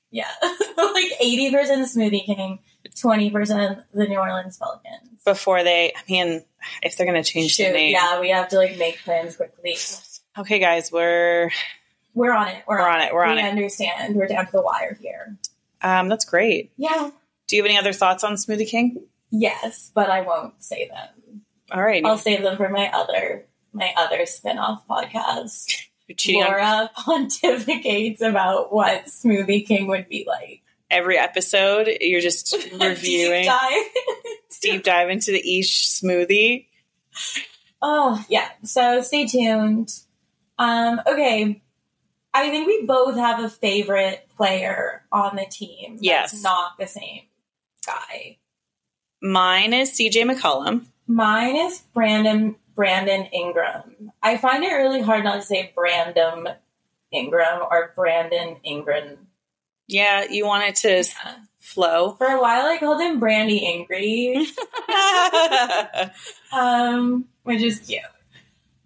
Speaker 1: yeah, like eighty percent Smoothie King, twenty percent the New Orleans Pelicans.
Speaker 2: Before they, I mean, if they're gonna change the
Speaker 1: Shoot,
Speaker 2: name.
Speaker 1: yeah, we have to like make plans quickly.
Speaker 2: Okay, guys, we're
Speaker 1: We're on it. We're,
Speaker 2: we're on it. We're on
Speaker 1: we
Speaker 2: it.
Speaker 1: understand. We're down to the wire here.
Speaker 2: Um, that's great.
Speaker 1: Yeah.
Speaker 2: Do you have any other thoughts on Smoothie King?
Speaker 1: Yes, but I won't say them.
Speaker 2: All right,
Speaker 1: I'll save them for my other my other spin-off podcast.
Speaker 2: you're cheating on
Speaker 1: Laura pontificates about what Smoothie King would be like.
Speaker 2: every episode. You're just reviewing,
Speaker 1: Deep dive.
Speaker 2: deep dive into the each smoothie.
Speaker 1: Oh, yeah. So stay tuned. Um, okay. I think we both have a favorite player on the team. that's
Speaker 2: Yes.
Speaker 1: Not the same guy.
Speaker 2: Mine is CJ McCollum.
Speaker 1: Mine is Brandon Brandon Ingram. I find it really hard not to say Brandon Ingram or Brandon Ingram.
Speaker 2: Yeah, you want it to s-
Speaker 1: Yeah.
Speaker 2: flow.
Speaker 1: For a while I called him Brandy Ingry. um, which is cute.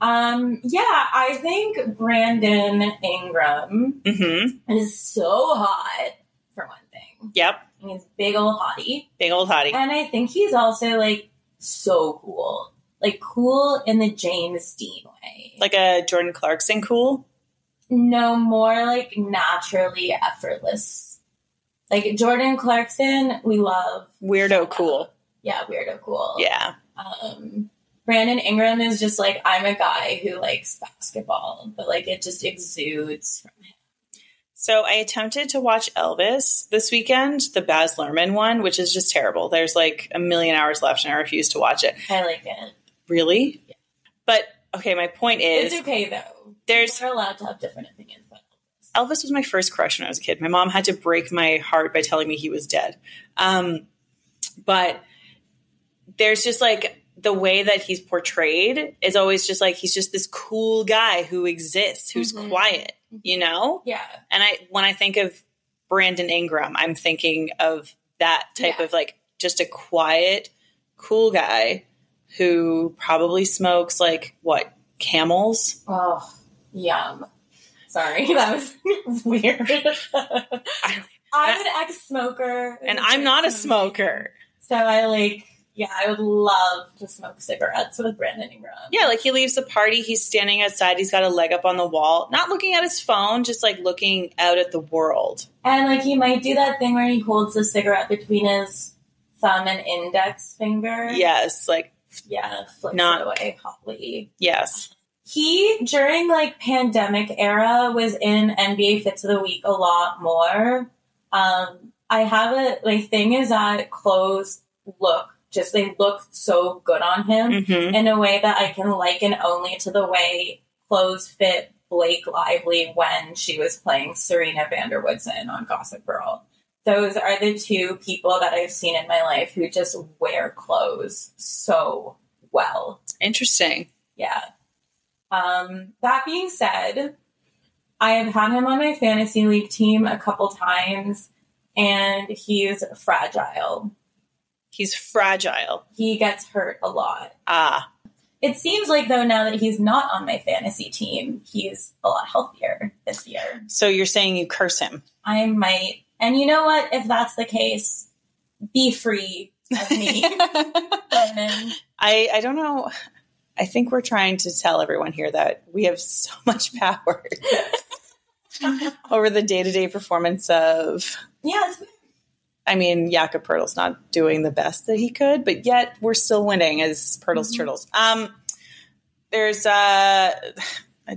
Speaker 1: Um, yeah, I think Brandon Ingram
Speaker 2: mm-hmm.
Speaker 1: is so hot for one thing.
Speaker 2: Yep.
Speaker 1: And He's big old hottie,
Speaker 2: Big old hottie.
Speaker 1: and I think he's also like so cool, like cool in the James Dean way.
Speaker 2: Like a Jordan Clarkson cool.
Speaker 1: no more like naturally effortless. Like Jordan Clarkson, we love.
Speaker 2: Weirdo cool.
Speaker 1: Yeah, weirdo cool.
Speaker 2: Yeah.
Speaker 1: um, Brandon Ingram is just like I'm a guy who likes basketball, but like it just exudes from him.
Speaker 2: So I attempted to watch Elvis this weekend, the Baz Luhrmann one, which is just terrible. There's like a million hours left, and I refuse to watch it.
Speaker 1: I like it.
Speaker 2: Really? But okay, my point is,
Speaker 1: It's okay though.
Speaker 2: there's
Speaker 1: We're allowed to have different opinions. But
Speaker 2: Elvis was my first crush when I was a kid. My mom had to break my heart by telling me he was dead. Um, but there's just like the way that he's portrayed is always just like he's just this cool guy who exists, who's
Speaker 1: Mhm.
Speaker 2: quiet, you know?
Speaker 1: yeah,
Speaker 2: And I when I think of Brandon Ingram, I'm thinking of that type
Speaker 1: Yeah.
Speaker 2: of like just a quiet, cool guy who probably smokes like what camels
Speaker 1: oh, yum. Sorry, that was weird. I'm an ex smoker,
Speaker 2: and I'm not a smoker.
Speaker 1: So I like, yeah, I would love to smoke cigarettes with Brandon Ingram.
Speaker 2: Yeah, like he leaves the party, he's standing outside, he's got a leg up on the wall, not looking at his phone, just like looking out at the world.
Speaker 1: And like he might do that thing where he holds the cigarette between his thumb and index finger.
Speaker 2: Yes, like
Speaker 1: Yeah, flicks
Speaker 2: Not-
Speaker 1: it away hotly.
Speaker 2: yes.
Speaker 1: He during like pandemic era was in NBA Fits of the Week a lot more. Um I have a like thing is that clothes look just they look so good on him
Speaker 2: Mhm.
Speaker 1: in a way that I can liken only to the way clothes fit Blake Lively when she was playing Serena Vanderwoodson on Gossip Girl. Those are the two people that I've seen in my life who just wear clothes so well.
Speaker 2: Interesting.
Speaker 1: Yeah. Um, that being said, I have had him on my fantasy league team a couple times, and he's fragile.
Speaker 2: He's fragile.
Speaker 1: He gets hurt a lot.
Speaker 2: Ah,
Speaker 1: It seems like though now that he's not on my fantasy team, he's a lot healthier this year.
Speaker 2: so you're saying you curse him.
Speaker 1: I might, and you know what? If that's the case, be free of me, Brendan.
Speaker 2: I I don't know. I think we're trying to tell everyone here that we have so much power over the day-to-day performance of
Speaker 1: Yeah, it's,
Speaker 2: I mean, Jakob Pertl's not doing the best that he could, but yet we're still winning as Pertle's
Speaker 1: Mhm.
Speaker 2: Turtles. Um, there's uh,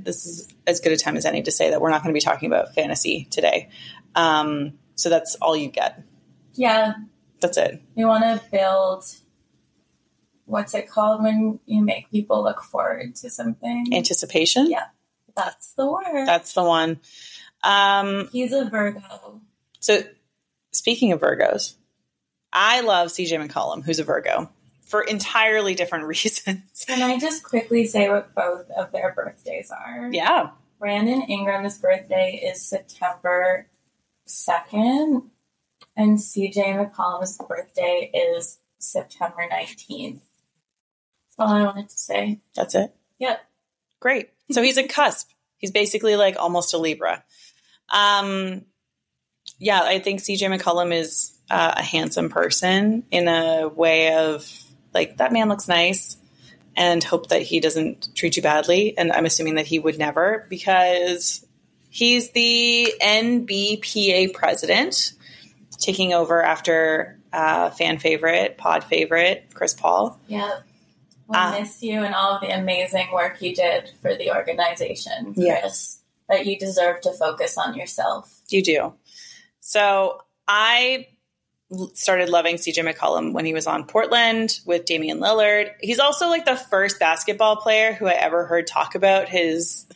Speaker 2: this is as good a time as any to say that we're not going to be talking about fantasy today. Um, so that's all you get.
Speaker 1: yeah.
Speaker 2: That's it.
Speaker 1: We want to build. What's it called when you make people look forward to something?
Speaker 2: Anticipation.
Speaker 1: Yeah. That's the word.
Speaker 2: That's the one. Um,
Speaker 1: he's a Virgo.
Speaker 2: so speaking of Virgos, I love CJ McCollum, who's a Virgo, for entirely different reasons.
Speaker 1: Can I just quickly say what both of their birthdays are?
Speaker 2: yeah.
Speaker 1: Brandon Ingram's birthday is September 2nd, and CJ McCollum's birthday is September 19th. That's all I wanted to say.
Speaker 2: That's it.
Speaker 1: Yep.
Speaker 2: Great. So he's a cusp. He's basically like almost a Libra. Um, yeah, I think CJ McCollum is uh, a handsome person in a way of like that man looks nice and hope that he doesn't treat you badly. And I'm assuming that he would never because he's the NBPA president, taking over after uh, fan favorite, pod favorite, Chris Paul.
Speaker 1: Yep. We
Speaker 2: Ah.
Speaker 1: miss you and all of the amazing work you did for the organization, Chris.
Speaker 2: Yes.
Speaker 1: But you deserve to focus on yourself.
Speaker 2: You do. So I l- started loving CJ McCollum when he was on Portland with Damian Lillard. He's also like the first basketball player who I ever heard talk about his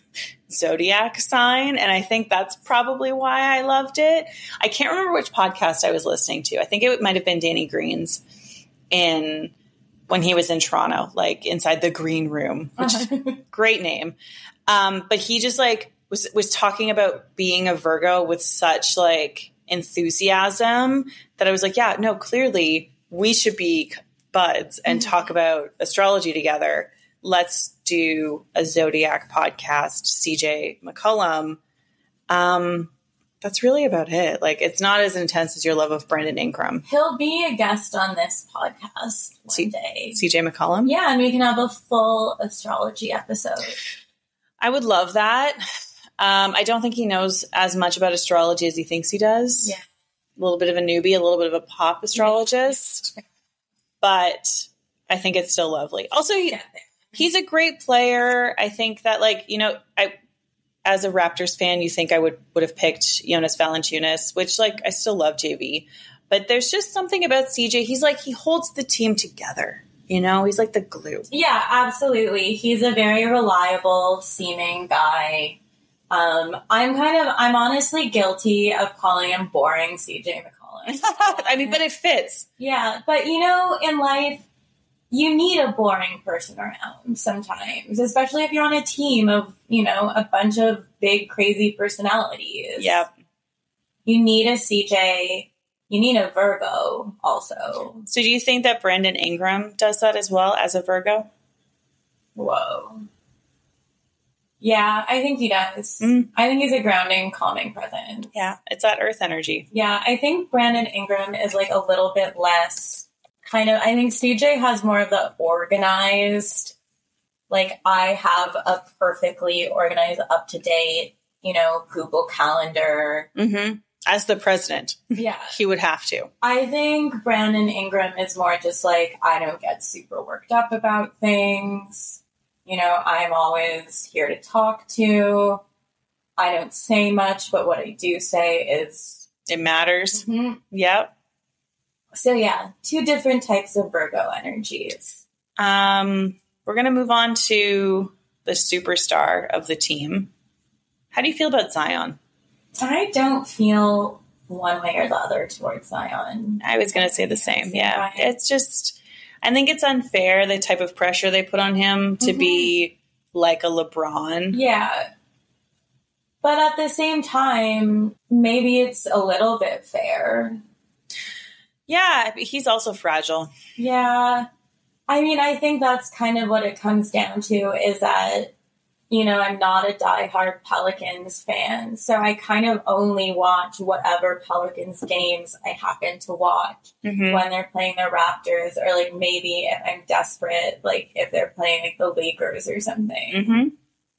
Speaker 2: zodiac sign. And I think that's probably why I loved it. I can't remember which podcast I was listening to. I think it might have been Danny Green's in when he was in Toronto, like inside the green room, which is great name. Um, but he just like was was talking about being a Virgo with such like enthusiasm that I was like, yeah, no, clearly we should be buds and talk about astrology together. Let's do a zodiac podcast, CJ McCollum. Um, that's really about it. Like, it's not as intense as your love of Brandon Ingram,
Speaker 1: He'll be a guest on this podcast one
Speaker 2: See-
Speaker 1: day.
Speaker 2: CJ McCollum.
Speaker 1: Yeah, and we can have a full astrology episode.
Speaker 2: I would love that. Um, I don't think he knows as much about astrology as he thinks he does.
Speaker 1: Yeah.
Speaker 2: A little bit of a newbie, a little bit of a pop astrologist, but I think it's still lovely. Also, he,
Speaker 1: Yeah.
Speaker 2: he's a great player. I think that, like, you know, I as a Raptors fan, you think I would would have picked Jonas Valanciunas, which like I still love JV, but there's just something about CJ. He's like he holds the team together. You know, he's like the glue.
Speaker 1: Yeah, absolutely. He's a very reliable seeming guy. Um, I'm kind of, I'm honestly guilty of calling him boring CJ McCollum.
Speaker 2: I mean, but it fits.
Speaker 1: Yeah, but you know, in life, you need a boring person around sometimes, especially if you're on a team of, you know, a bunch of big, crazy personalities.
Speaker 2: Yep.
Speaker 1: You need a CJ. You need a Virgo also.
Speaker 2: So do you think that Brandon Ingram does that as well as a Virgo?
Speaker 1: Whoa. Yeah, I think he does.
Speaker 2: Mm.
Speaker 1: I think he's a grounding, calming presence.
Speaker 2: Yeah, it's that earth energy.
Speaker 1: Yeah, I think Brandon Ingram is like a little bit less kind of. I think CJ has more of the organized, like, I have a perfectly organized, up to date, you know, Google Calendar.
Speaker 2: hmm As the president,
Speaker 1: Yeah.
Speaker 2: he would have to.
Speaker 1: I think Brandon Ingram is more just like, I don't get super worked up about things. You know, I'm always here to talk to. I don't say much, but what I do say is.
Speaker 2: It matters.
Speaker 1: Mhm.
Speaker 2: Yep.
Speaker 1: So yeah, two different types of Virgo energies.
Speaker 2: Um, we're gonna move on to the superstar of the team. How do you feel about Zion?
Speaker 1: I don't feel one way or the other towards Zion.
Speaker 2: I was going to say the same. Yeah.
Speaker 1: Right.
Speaker 2: It's just, I think it's unfair the type of pressure they put on him to be like a LeBron.
Speaker 1: Yeah. But at the same time, maybe it's a little bit fair.
Speaker 2: Yeah. but He's also fragile.
Speaker 1: Yeah. I mean, I think that's kind of what it comes down to is that, you know, I'm not a diehard Pelicans fan. So I kind of only watch whatever Pelicans games I happen to watch.
Speaker 2: Mhm.
Speaker 1: when they're playing the Raptors, or like maybe if I'm desperate, like if they're playing like the Lakers or something.
Speaker 2: Mhm.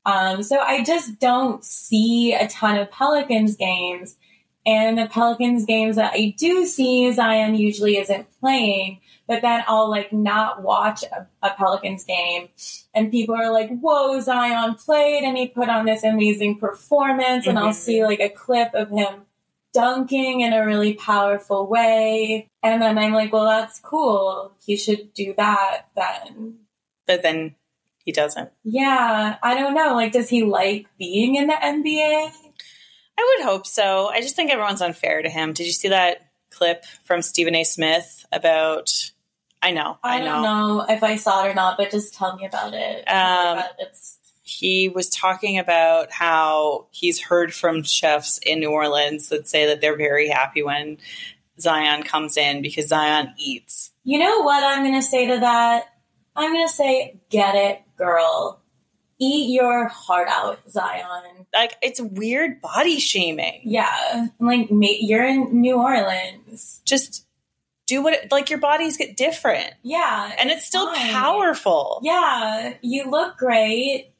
Speaker 1: Um, so I just don't see a ton of Pelicans games, and the Pelicans games that I do see, Zion usually isn't playing. But then I'll like not watch a, a Pelicans game, and people are like, "Whoa, Zion played, and he put on this amazing performance." And I'll
Speaker 2: Mhm.
Speaker 1: see like a clip of him dunking in a really powerful way. And then I'm like, well, that's cool. He should do that then.
Speaker 2: But then he doesn't.
Speaker 1: Yeah, I don't know. Like, does he like being in the NBA?
Speaker 2: I would hope so. I just think everyone's unfair to him. Did you see that clip from Stephen A. Smith about, I know,
Speaker 1: I,
Speaker 2: I, know.
Speaker 1: don't know if I saw it or not, but just tell me about it.
Speaker 2: Um,
Speaker 1: it's
Speaker 2: He was talking about how he's heard from chefs in New Orleans that say that they're very happy when Zion comes in because Zion eats.
Speaker 1: you know what I'm gonna say to that? I'm gonna say, get it, girl. Eat your heart out, Zion.
Speaker 2: like it's weird body shaming.
Speaker 1: Yeah, like ma- you're in New Orleans.
Speaker 2: Just do what it, like your bodies get different,
Speaker 1: Yeah,
Speaker 2: and it's still
Speaker 1: fine.
Speaker 2: powerful.
Speaker 1: Yeah, you look great.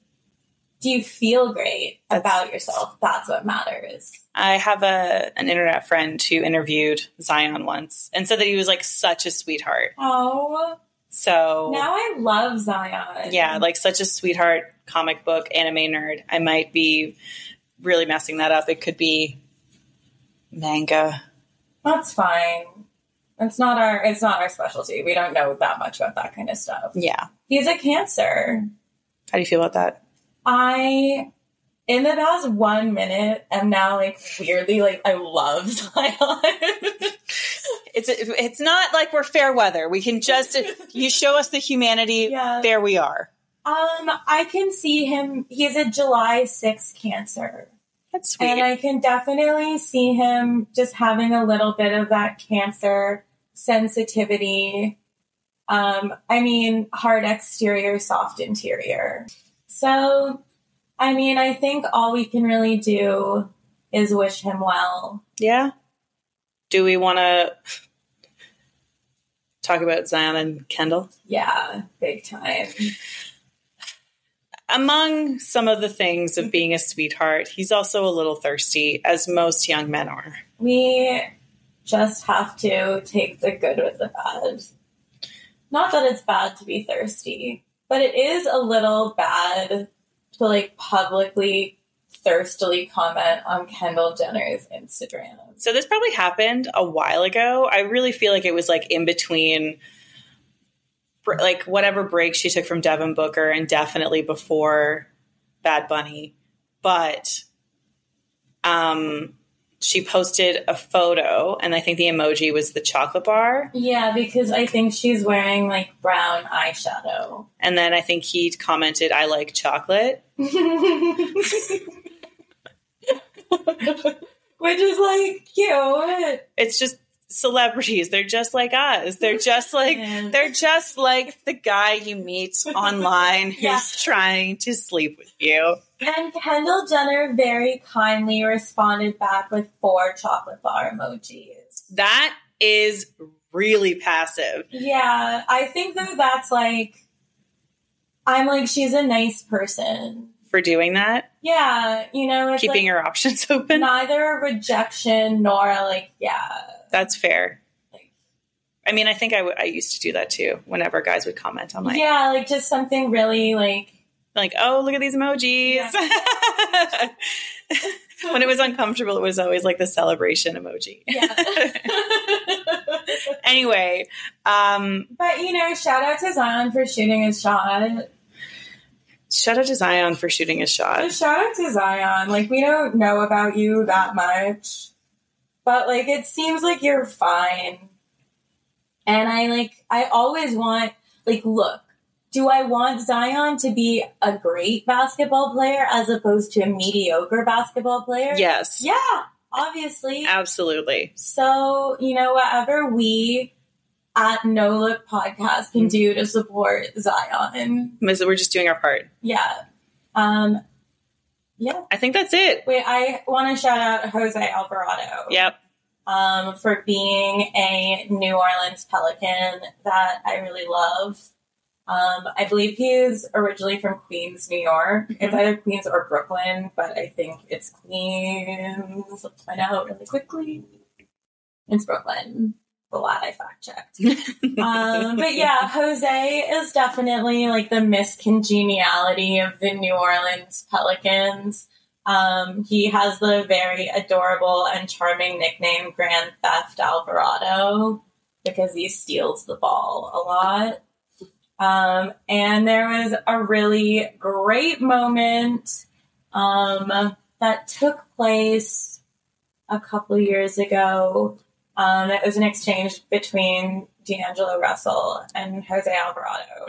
Speaker 1: Do you feel great
Speaker 2: That's-
Speaker 1: about yourself? That's what matters.
Speaker 2: I have a an internet friend who interviewed Zion once and said that he was like such a sweetheart.
Speaker 1: Oh,
Speaker 2: So
Speaker 1: now I love Zion.
Speaker 2: yeah, like such a sweetheart comic book anime nerd. I might be really messing that up. It could be manga.
Speaker 1: that's fine. It's not our it's not our specialty. We don't know that much about that kind of stuff.
Speaker 2: Yeah.
Speaker 1: He's a cancer.
Speaker 2: How do you feel about that?
Speaker 1: I in the past one minute am now like weirdly like I love Zion.
Speaker 2: It's it's not like we're fair weather. We can just you show us the humanity.
Speaker 1: Yeah.
Speaker 2: There we are.
Speaker 1: um, I can see him he's a July 6th cancer.
Speaker 2: That's sweet.
Speaker 1: And I can definitely see him just having a little bit of that cancer sensitivity. Um, I mean, hard exterior, soft interior. So, I mean, I think all we can really do is wish him well.
Speaker 2: yeah. Do we want to talk about Zion and Kendall?
Speaker 1: Yeah, big time.
Speaker 2: Among some of the things of being a sweetheart, he's also a little thirsty, as most young men are.
Speaker 1: We just have to take the good with the bad. Not that it's bad to be thirsty, but it is a little bad to like publicly thirstily comment on Kendall Jenner's Instagram.
Speaker 2: So this probably happened a while ago. I really feel like it was like in between br- like whatever break she took from Devin Booker and definitely before Bad Bunny. But um she posted a photo and I think the emoji was the chocolate bar
Speaker 1: Yeah, because I think she's wearing like brown eyeshadow.
Speaker 2: and then I think he commented I like chocolate.
Speaker 1: Which is like cute.
Speaker 2: It's just celebrities. They're just like us. They're just like
Speaker 1: Yeah.
Speaker 2: They're just like the guy you meet online who's
Speaker 1: Yeah.
Speaker 2: trying to sleep with you.
Speaker 1: And Kendall Jenner very kindly responded back with four chocolate bar emojis.
Speaker 2: That is really passive.
Speaker 1: Yeah, I think though that's like, I'm like, she's a nice person.
Speaker 2: For doing that,
Speaker 1: Yeah, you know, it's
Speaker 2: keeping
Speaker 1: like
Speaker 2: your options open,
Speaker 1: neither a rejection nor a like, yeah.
Speaker 2: that's fair. I mean, I think I, w- I used to do that too. Whenever guys would comment, I'm like,
Speaker 1: yeah, like just something really like.
Speaker 2: like, oh, look at these emojis. when it was uncomfortable, it was always like the celebration emoji.
Speaker 1: Yeah.
Speaker 2: Anyway, um,
Speaker 1: but you know, shout out to Zion for shooting his shot.
Speaker 2: shout out to Zion for shooting his shot.
Speaker 1: Just shout out to Zion. Like, we don't know about you that much, but like, it seems like you're fine. And I like, I always want, like, look, do I want Zion to be a great basketball player as opposed to a mediocre basketball player?
Speaker 2: Yes,
Speaker 1: Yeah, obviously.
Speaker 2: absolutely.
Speaker 1: So, you know, whatever we at No Look Podcast can do to support Zion.
Speaker 2: Miss- We're just doing our part.
Speaker 1: Yeah. Um, yeah.
Speaker 2: I think that's it.
Speaker 1: Wait, I want to shout out Jose Alvarado.
Speaker 2: Yep.
Speaker 1: Um, for being a New Orleans Pelican that I really love. Um, I believe he's originally from Queens, New York. It's either Queens or Brooklyn, but I think it's Queens. Let's find out really quickly. It's Brooklyn. Glad I fact checked. um, but yeah, Jose is definitely like the miscongeniality of the New Orleans Pelicans. Um, he has the very adorable and charming nickname Grand Theft Alvarado because he steals the ball a lot. Um, and there was a really great moment um, that took place a couple years ago um, it was an exchange between D'Angelo Russell and Jose Alvarado,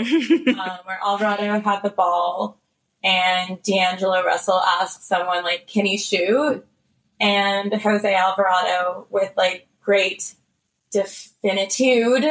Speaker 1: um, where Alvarado had the ball, and D'Angelo Russell asked someone like, "Can he shoot?" And Jose Alvarado, with like great definitude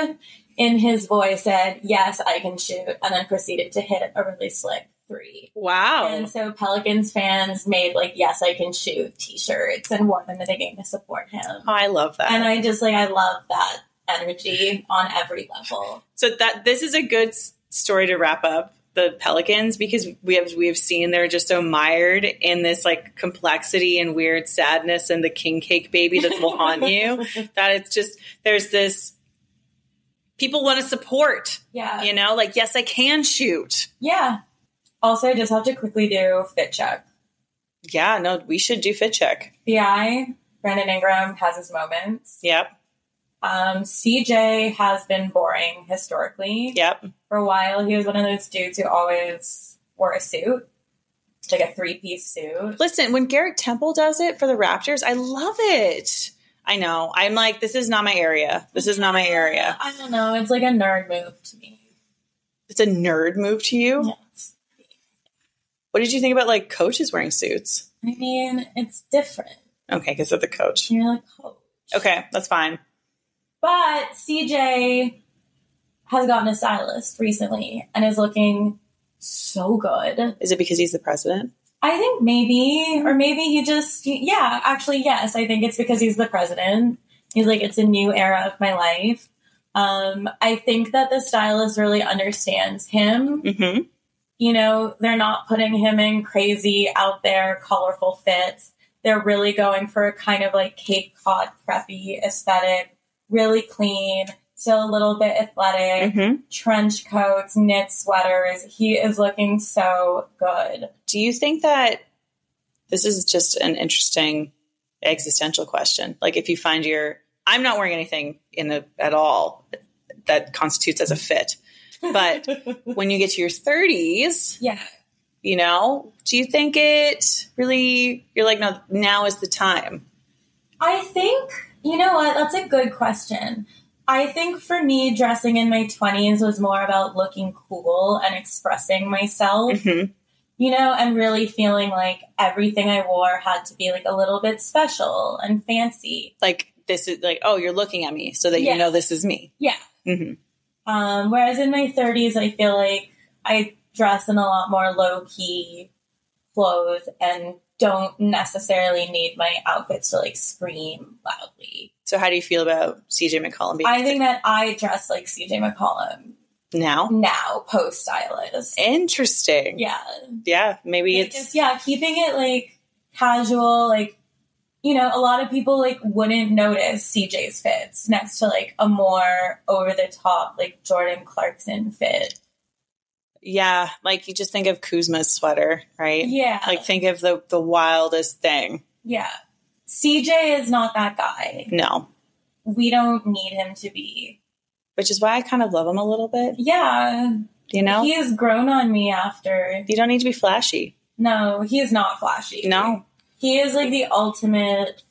Speaker 1: in his voice, said, "Yes, I can shoot," and then proceeded to hit a really slick three.
Speaker 2: wow.
Speaker 1: And so Pelicans fans made like "Yes, I can shoot" T-shirts and wore them to the game to support him.
Speaker 2: Oh, I love that.
Speaker 1: And uh, I just like I love that energy on every level.
Speaker 2: so that this is a good s- story to wrap up the Pelicans because we have we have seen they're just so mired in this like complexity and weird sadness and the king cake baby that will haunt you that it's just there's this people want to support
Speaker 1: Yeah. Yeah.
Speaker 2: you know like yes I can shoot
Speaker 1: Also, I just have to quickly do fit check.
Speaker 2: yeah no we should do fit check
Speaker 1: BI Brandon Ingram has his moments.
Speaker 2: yep
Speaker 1: Um, CJ has been boring historically.
Speaker 2: yep
Speaker 1: For a while, he was one of those dudes who always wore a suit, like a three piece suit.
Speaker 2: Listen, when Garrett Temple does it for the Raptors, I love it. I know. I'm like, this is not my area. This is not my area.
Speaker 1: I don't know. It's like a nerd move to me.
Speaker 2: It's a nerd move to you.
Speaker 1: Yes.
Speaker 2: What did you think about like coaches wearing suits?
Speaker 1: I mean, it's different.
Speaker 2: Okay, because of the coach.
Speaker 1: You're like, oh,
Speaker 2: Okay, that's fine.
Speaker 1: But CJ has gotten a stylist recently and is looking so good.
Speaker 2: Is it because he's the president?
Speaker 1: I think maybe, or maybe he just, yeah, actually, yes, I think it's because he's the president. He's like, it's a new era of my life. Um, I think that the stylist really understands him.
Speaker 2: Mm-hmm.
Speaker 1: You know, they're not putting him in crazy, out there, colorful fits. They're really going for a kind of like Cape Cod preppy aesthetic, really clean, still a little bit athletic
Speaker 2: Mm-hmm.
Speaker 1: trench coats, knit sweaters. He is looking so good.
Speaker 2: Do you think that this is just an interesting existential question. Like if you find your I'm not wearing anything in the at all that constitutes as a fit. But when you get to your 30s,
Speaker 1: yeah.
Speaker 2: you know, do you think it really you're like no now is the time.
Speaker 1: I think, you know what? That's a good question. I think for me, dressing in my 20s was more about looking cool and expressing myself,
Speaker 2: Mhm.
Speaker 1: you know, and really feeling like everything I wore had to be like a little bit special and fancy.
Speaker 2: Like this is like oh you're looking at me so that
Speaker 1: Yeah.
Speaker 2: you know this is me.
Speaker 1: Yeah.
Speaker 2: Mhm.
Speaker 1: Um, whereas in my 30s, I feel like I dress in a lot more low key clothes and don't necessarily need my outfits to like scream loudly.
Speaker 2: So how do you feel about CJ McCollum being
Speaker 1: I think that I dress like CJ McCollum
Speaker 2: now?
Speaker 1: now, post stylist.
Speaker 2: Interesting.
Speaker 1: Mm-hmm. Yeah.
Speaker 2: Yeah, maybe
Speaker 1: Like,
Speaker 2: it's
Speaker 1: just, yeah, keeping it like casual, like, you know, a lot of people like wouldn't notice CJ's fits next to like a more over the top, like Jordan Clarkson fit.
Speaker 2: yeah, like you just think of Kuzma's sweater, right?
Speaker 1: Yeah.
Speaker 2: Like think of the the wildest thing.
Speaker 1: Yeah. CJ is not that guy.
Speaker 2: No.
Speaker 1: We don't need him to be.
Speaker 2: Which is why I kind of love him a little bit,
Speaker 1: Yeah.
Speaker 2: you know?
Speaker 1: He has grown on me after.
Speaker 2: you don't need to be flashy.
Speaker 1: No, he is not flashy.
Speaker 2: No.
Speaker 1: He is like the ultimate,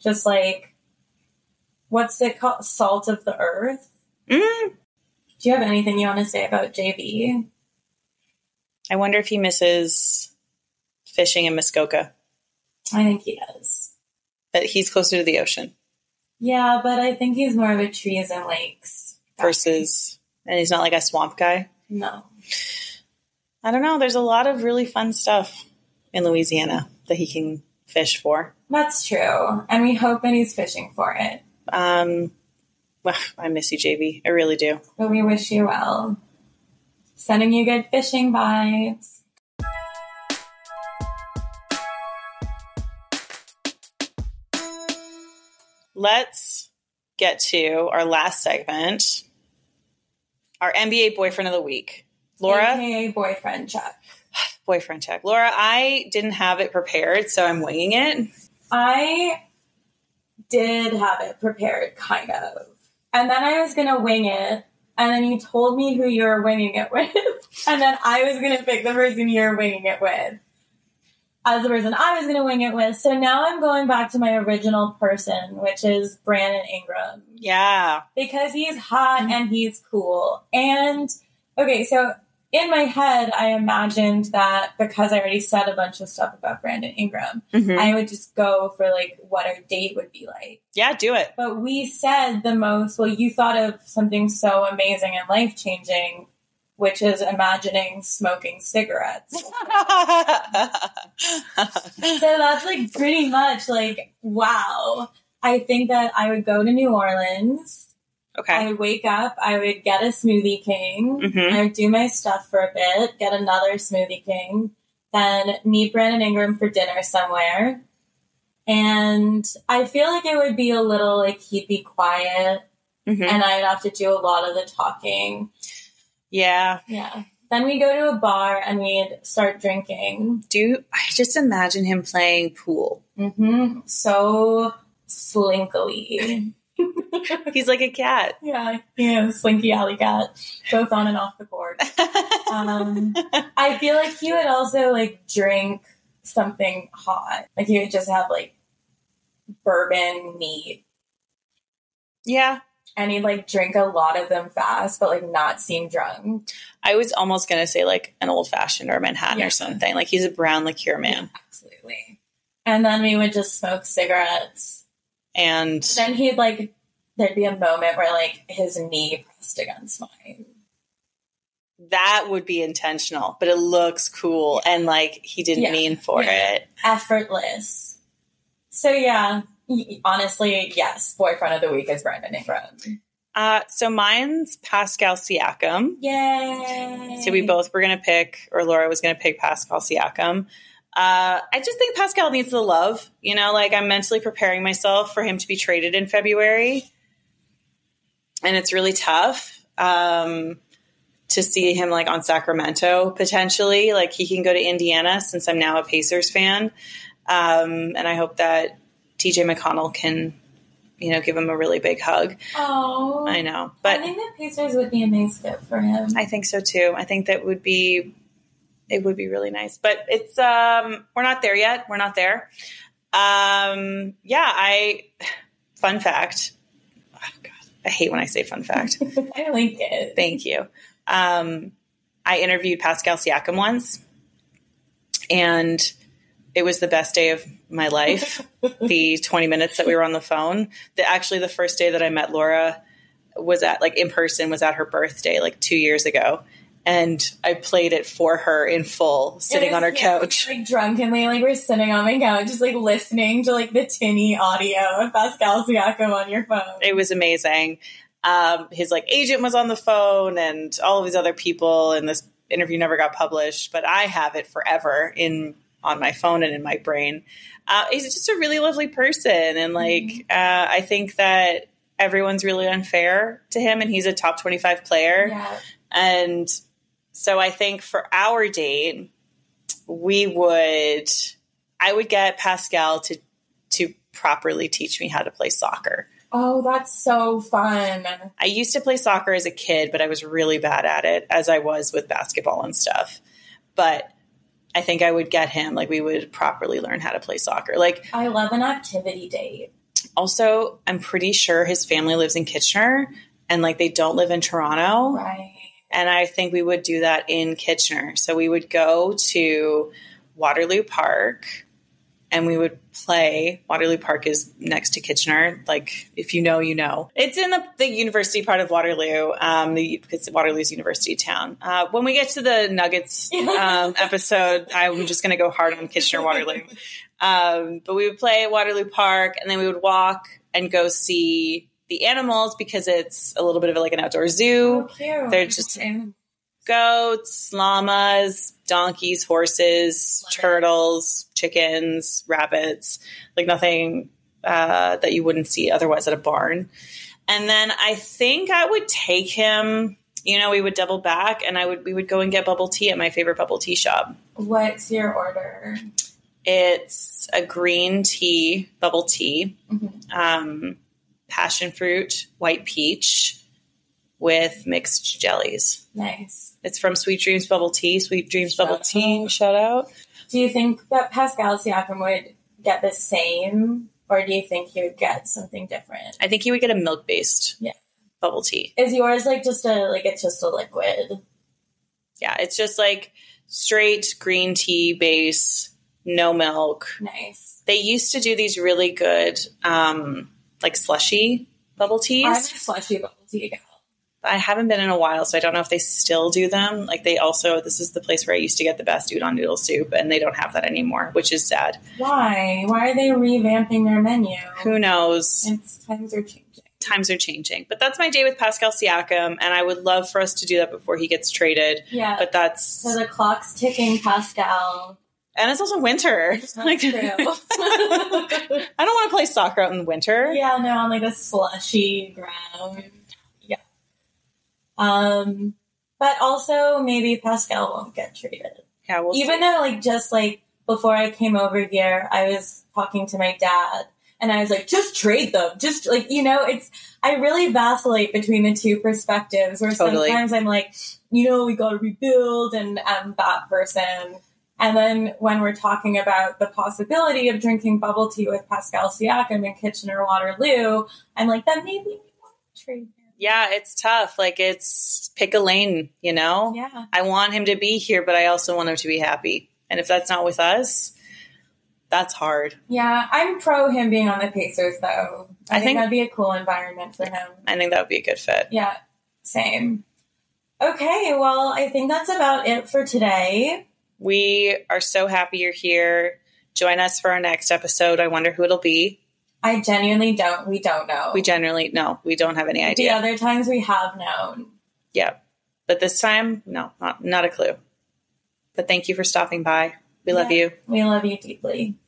Speaker 1: just like, what's it called? Salt of the earth?
Speaker 2: Mm.
Speaker 1: Do you have anything you want to say about JV?
Speaker 2: I wonder if he misses fishing in Muskoka,
Speaker 1: I think he does.
Speaker 2: that he's closer to the ocean
Speaker 1: Yeah, but I think he's more of a trees and lakes. guy.
Speaker 2: versus, and he's not like a swamp guy.
Speaker 1: No.
Speaker 2: I don't know. There's a lot of really fun stuff in Louisiana that he can fish for.
Speaker 1: That's true. And we hope that he's fishing for it.
Speaker 2: Um, well, I miss you, JV. I really do.
Speaker 1: But we wish you well. Sending you good fishing vibes.
Speaker 2: Let's get to our last segment our NBA boyfriend of the week. Laura,
Speaker 1: AKA boyfriend Chuck.
Speaker 2: boyfriend check. Laura, I didn't have it prepared, so I'm winging it.
Speaker 1: I did have it prepared, kind of. And then I was going to wing it. And then you told me who you were winging it with. and then I was going to pick the person you're winging it with as the person I was going to wing it with. So now I'm going back to my original person, which is Brandon Ingram.
Speaker 2: Yeah.
Speaker 1: because he's hot and he's cool. And okay, so in my head, I imagined that because I already said a bunch of stuff about Brandon Ingram, I would just go for like what our date would be like.
Speaker 2: yeah, do it.
Speaker 1: But we said the most, well, you thought of something so amazing and life changing, which is imagining smoking cigarettes. so that's like pretty much like, wow. I think that I would go to New Orleans. I
Speaker 2: okay.
Speaker 1: would wake up, I would get a Smoothie King,
Speaker 2: Mhm.
Speaker 1: I would do my stuff for a bit, get another Smoothie King, then meet Brandon Ingram for dinner somewhere. And I feel like it would be a little like he'd be quiet
Speaker 2: Mhm.
Speaker 1: and I'd have to do a lot of the talking.
Speaker 2: Yeah.
Speaker 1: Yeah. Then we go to a bar and we'd start drinking.
Speaker 2: Do I just imagine him playing pool?
Speaker 1: hmm So slinkily.
Speaker 2: He's like a cat.
Speaker 1: yeah, yeah, slinky alley cat, both on and off the board. um, I feel like he would also like drink something hot. Like he would just have like bourbon meat.
Speaker 2: yeah.
Speaker 1: And he'd like drink a lot of them fast, but like not seem drunk.
Speaker 2: I was almost going to say like an old fashioned or Manhattan
Speaker 1: Yeah.
Speaker 2: or something. Like he's a brown liqueur man.
Speaker 1: Absolutely. And then we would just smoke cigarettes.
Speaker 2: And
Speaker 1: Then he'd like there'd be a moment where like his knee pressed against mine.
Speaker 2: that would be intentional, but it looks cool. And like he didn't
Speaker 1: Yeah.
Speaker 2: mean for
Speaker 1: Yeah.
Speaker 2: it.
Speaker 1: Effortless. So yeah, y- honestly, yes, boyfriend of the week is Brandon Ingram.
Speaker 2: Uh, so mine's Pascal Siakam.
Speaker 1: Yay.
Speaker 2: So we both were going to pick, or Laura was going to pick Pascal Siakam. Uh, I just think Pascal needs the love. You know, like I'm mentally preparing myself for him to be traded in February, and it's really tough. Um, to see him like on Sacramento potentially. Like he can go to Indiana since I'm now a Pacers fan. Um, and I hope that TJ McConnell can, you know, give him a really big hug.
Speaker 1: Oh,
Speaker 2: I know,
Speaker 1: I
Speaker 2: but
Speaker 1: think the Pacers would be a nice fit for him.
Speaker 2: I think so too. I think that would be it would be really nice. But it's um we're not there yet. We're not there. Um yeah, I fun fact. Oh god, I hate when I say fun fact.
Speaker 1: I like it.
Speaker 2: Thank you. Um I interviewed Pascal Siakam once and it was the best day of my life. the 20 minutes that we were on the phone. The actually the first day that I met Laura was at like in person was at her birthday like 2 years ago and I played it for her in full
Speaker 1: It
Speaker 2: sitting
Speaker 1: was-
Speaker 2: on her
Speaker 1: yeah, we
Speaker 2: couch.
Speaker 1: were, like drunkenly, like we're sitting on my couch, just like listening to like the tinny audio of Pascal Siakam on your phone.
Speaker 2: It was amazing. Um, his like agent was on the phone and all of these other people and this interview never got published, but I have it forever in on my phone and in my brain. Uh, he's just a really lovely person. And like, uh, I think that everyone's really unfair to him and he's a top 25 player.
Speaker 1: yeah.
Speaker 2: And so I think for our date, we would I would get Pascal to to properly teach me how to play soccer.
Speaker 1: Oh, that's so fun.
Speaker 2: I used to play soccer as a kid, but I was really bad at it as I was with basketball and stuff. But I think I would get him like we would properly learn how to play soccer. Like
Speaker 1: I love an activity date.
Speaker 2: also, I'm pretty sure his family lives in Kitchener and like they don't live in Toronto.
Speaker 1: Right.
Speaker 2: And I think we would do that in Kitchener. So we would go to Waterloo Park and we would play. Waterloo Park is next to Kitchener. Like, if you know, you know. It's in the, the university part of Waterloo, um, the, because Waterloo's a university town. Uh, when we get to the Nuggets um, episode, I'm just going to go hard on Kitchener Waterloo. Um, but we would play at Waterloo Park and then we would walk and go see the animals because it's a little bit of like an outdoor zoo
Speaker 1: Oh, cute.
Speaker 2: They're just-
Speaker 1: And-
Speaker 2: goats, llamas, donkeys, horses,
Speaker 1: Love it.
Speaker 2: turtles, chickens, rabbits, like nothing uh, that you wouldn't see otherwise at a barn. And then I think I would take him, you know, we would double back and I would we would go and get bubble tea at my favorite bubble tea shop.
Speaker 1: What's your order?
Speaker 2: It's a green tea, bubble tea,
Speaker 1: Mhm.
Speaker 2: um, passion fruit, white peach with mixed jellies.
Speaker 1: Nice.
Speaker 2: It's from Sweet Dreams Bubble Tea. Sweet Dreams
Speaker 1: Shout
Speaker 2: Bubble
Speaker 1: out.
Speaker 2: Tea. Shout out.
Speaker 1: Do you think that Pascal Siakam would get the same, or do you think he would get something different?
Speaker 2: I think you would get a milk based
Speaker 1: Yeah.
Speaker 2: bubble tea.
Speaker 1: Is yours like just a like it's just a liquid?
Speaker 2: Yeah, it's just like straight green tea base, no milk.
Speaker 1: Nice.
Speaker 2: They used to do these really good, um, like slushy bubble
Speaker 1: I'm a
Speaker 2: teas.
Speaker 1: slushy bubble tea gal.
Speaker 2: I haven't been in a while, so I don't know if they still do them. Like they also, this is the place where I used to get the best udon noodle soup, and they don't have that anymore, which is sad.
Speaker 1: Why? Why are they revamping their menu?
Speaker 2: Who knows?
Speaker 1: It's times are changing.
Speaker 2: times are changing. But that's my day with Pascal Siakam, and I would love for us to do that before he gets traded.
Speaker 1: Yeah.
Speaker 2: But that's
Speaker 1: so the clock's ticking, Pascal.
Speaker 2: and it's also winter.
Speaker 1: That's
Speaker 2: Like,
Speaker 1: true.
Speaker 2: I don't want to play soccer out in the winter.
Speaker 1: yeah, no, on like a slushy ground. Yeah. Um, but also maybe Pascal won't get treated.
Speaker 2: Yeah, we'll
Speaker 1: even though like just like before I came over here, I was talking to my dad and I was like, just trade them. Just like, you know, it's, I really vacillate between the two perspectives where
Speaker 2: Totally.
Speaker 1: sometimes I'm like, you know, we got to rebuild and I'm that person. And then when we're talking about the possibility of drinking bubble tea with Pascal Siakam in Kitchener Waterloo, I'm like, then maybe we won't trade him.
Speaker 2: yeah, it's tough. Like it's pick a lane, you know?
Speaker 1: Yeah.
Speaker 2: I want him to be here, but I also want him to be happy. And if that's not with us, that's hard.
Speaker 1: Yeah. I'm pro him being on the Pacers though. I,
Speaker 2: I
Speaker 1: think,
Speaker 2: think-
Speaker 1: that'd be a cool environment for him.
Speaker 2: I think that would be a good fit.
Speaker 1: Yeah, same. Okay, well, I think that's about it for today.
Speaker 2: We are so happy you're here. Join us for our next episode. I wonder who it'll be.
Speaker 1: I genuinely don't. We don't know.
Speaker 2: We generally no, we don't have any
Speaker 1: the
Speaker 2: idea.
Speaker 1: other times Oh. we have known.
Speaker 2: Yeah. But this time, no, not not a clue. But thank you for stopping by. We love
Speaker 1: Yeah.
Speaker 2: you.
Speaker 1: We love you deeply.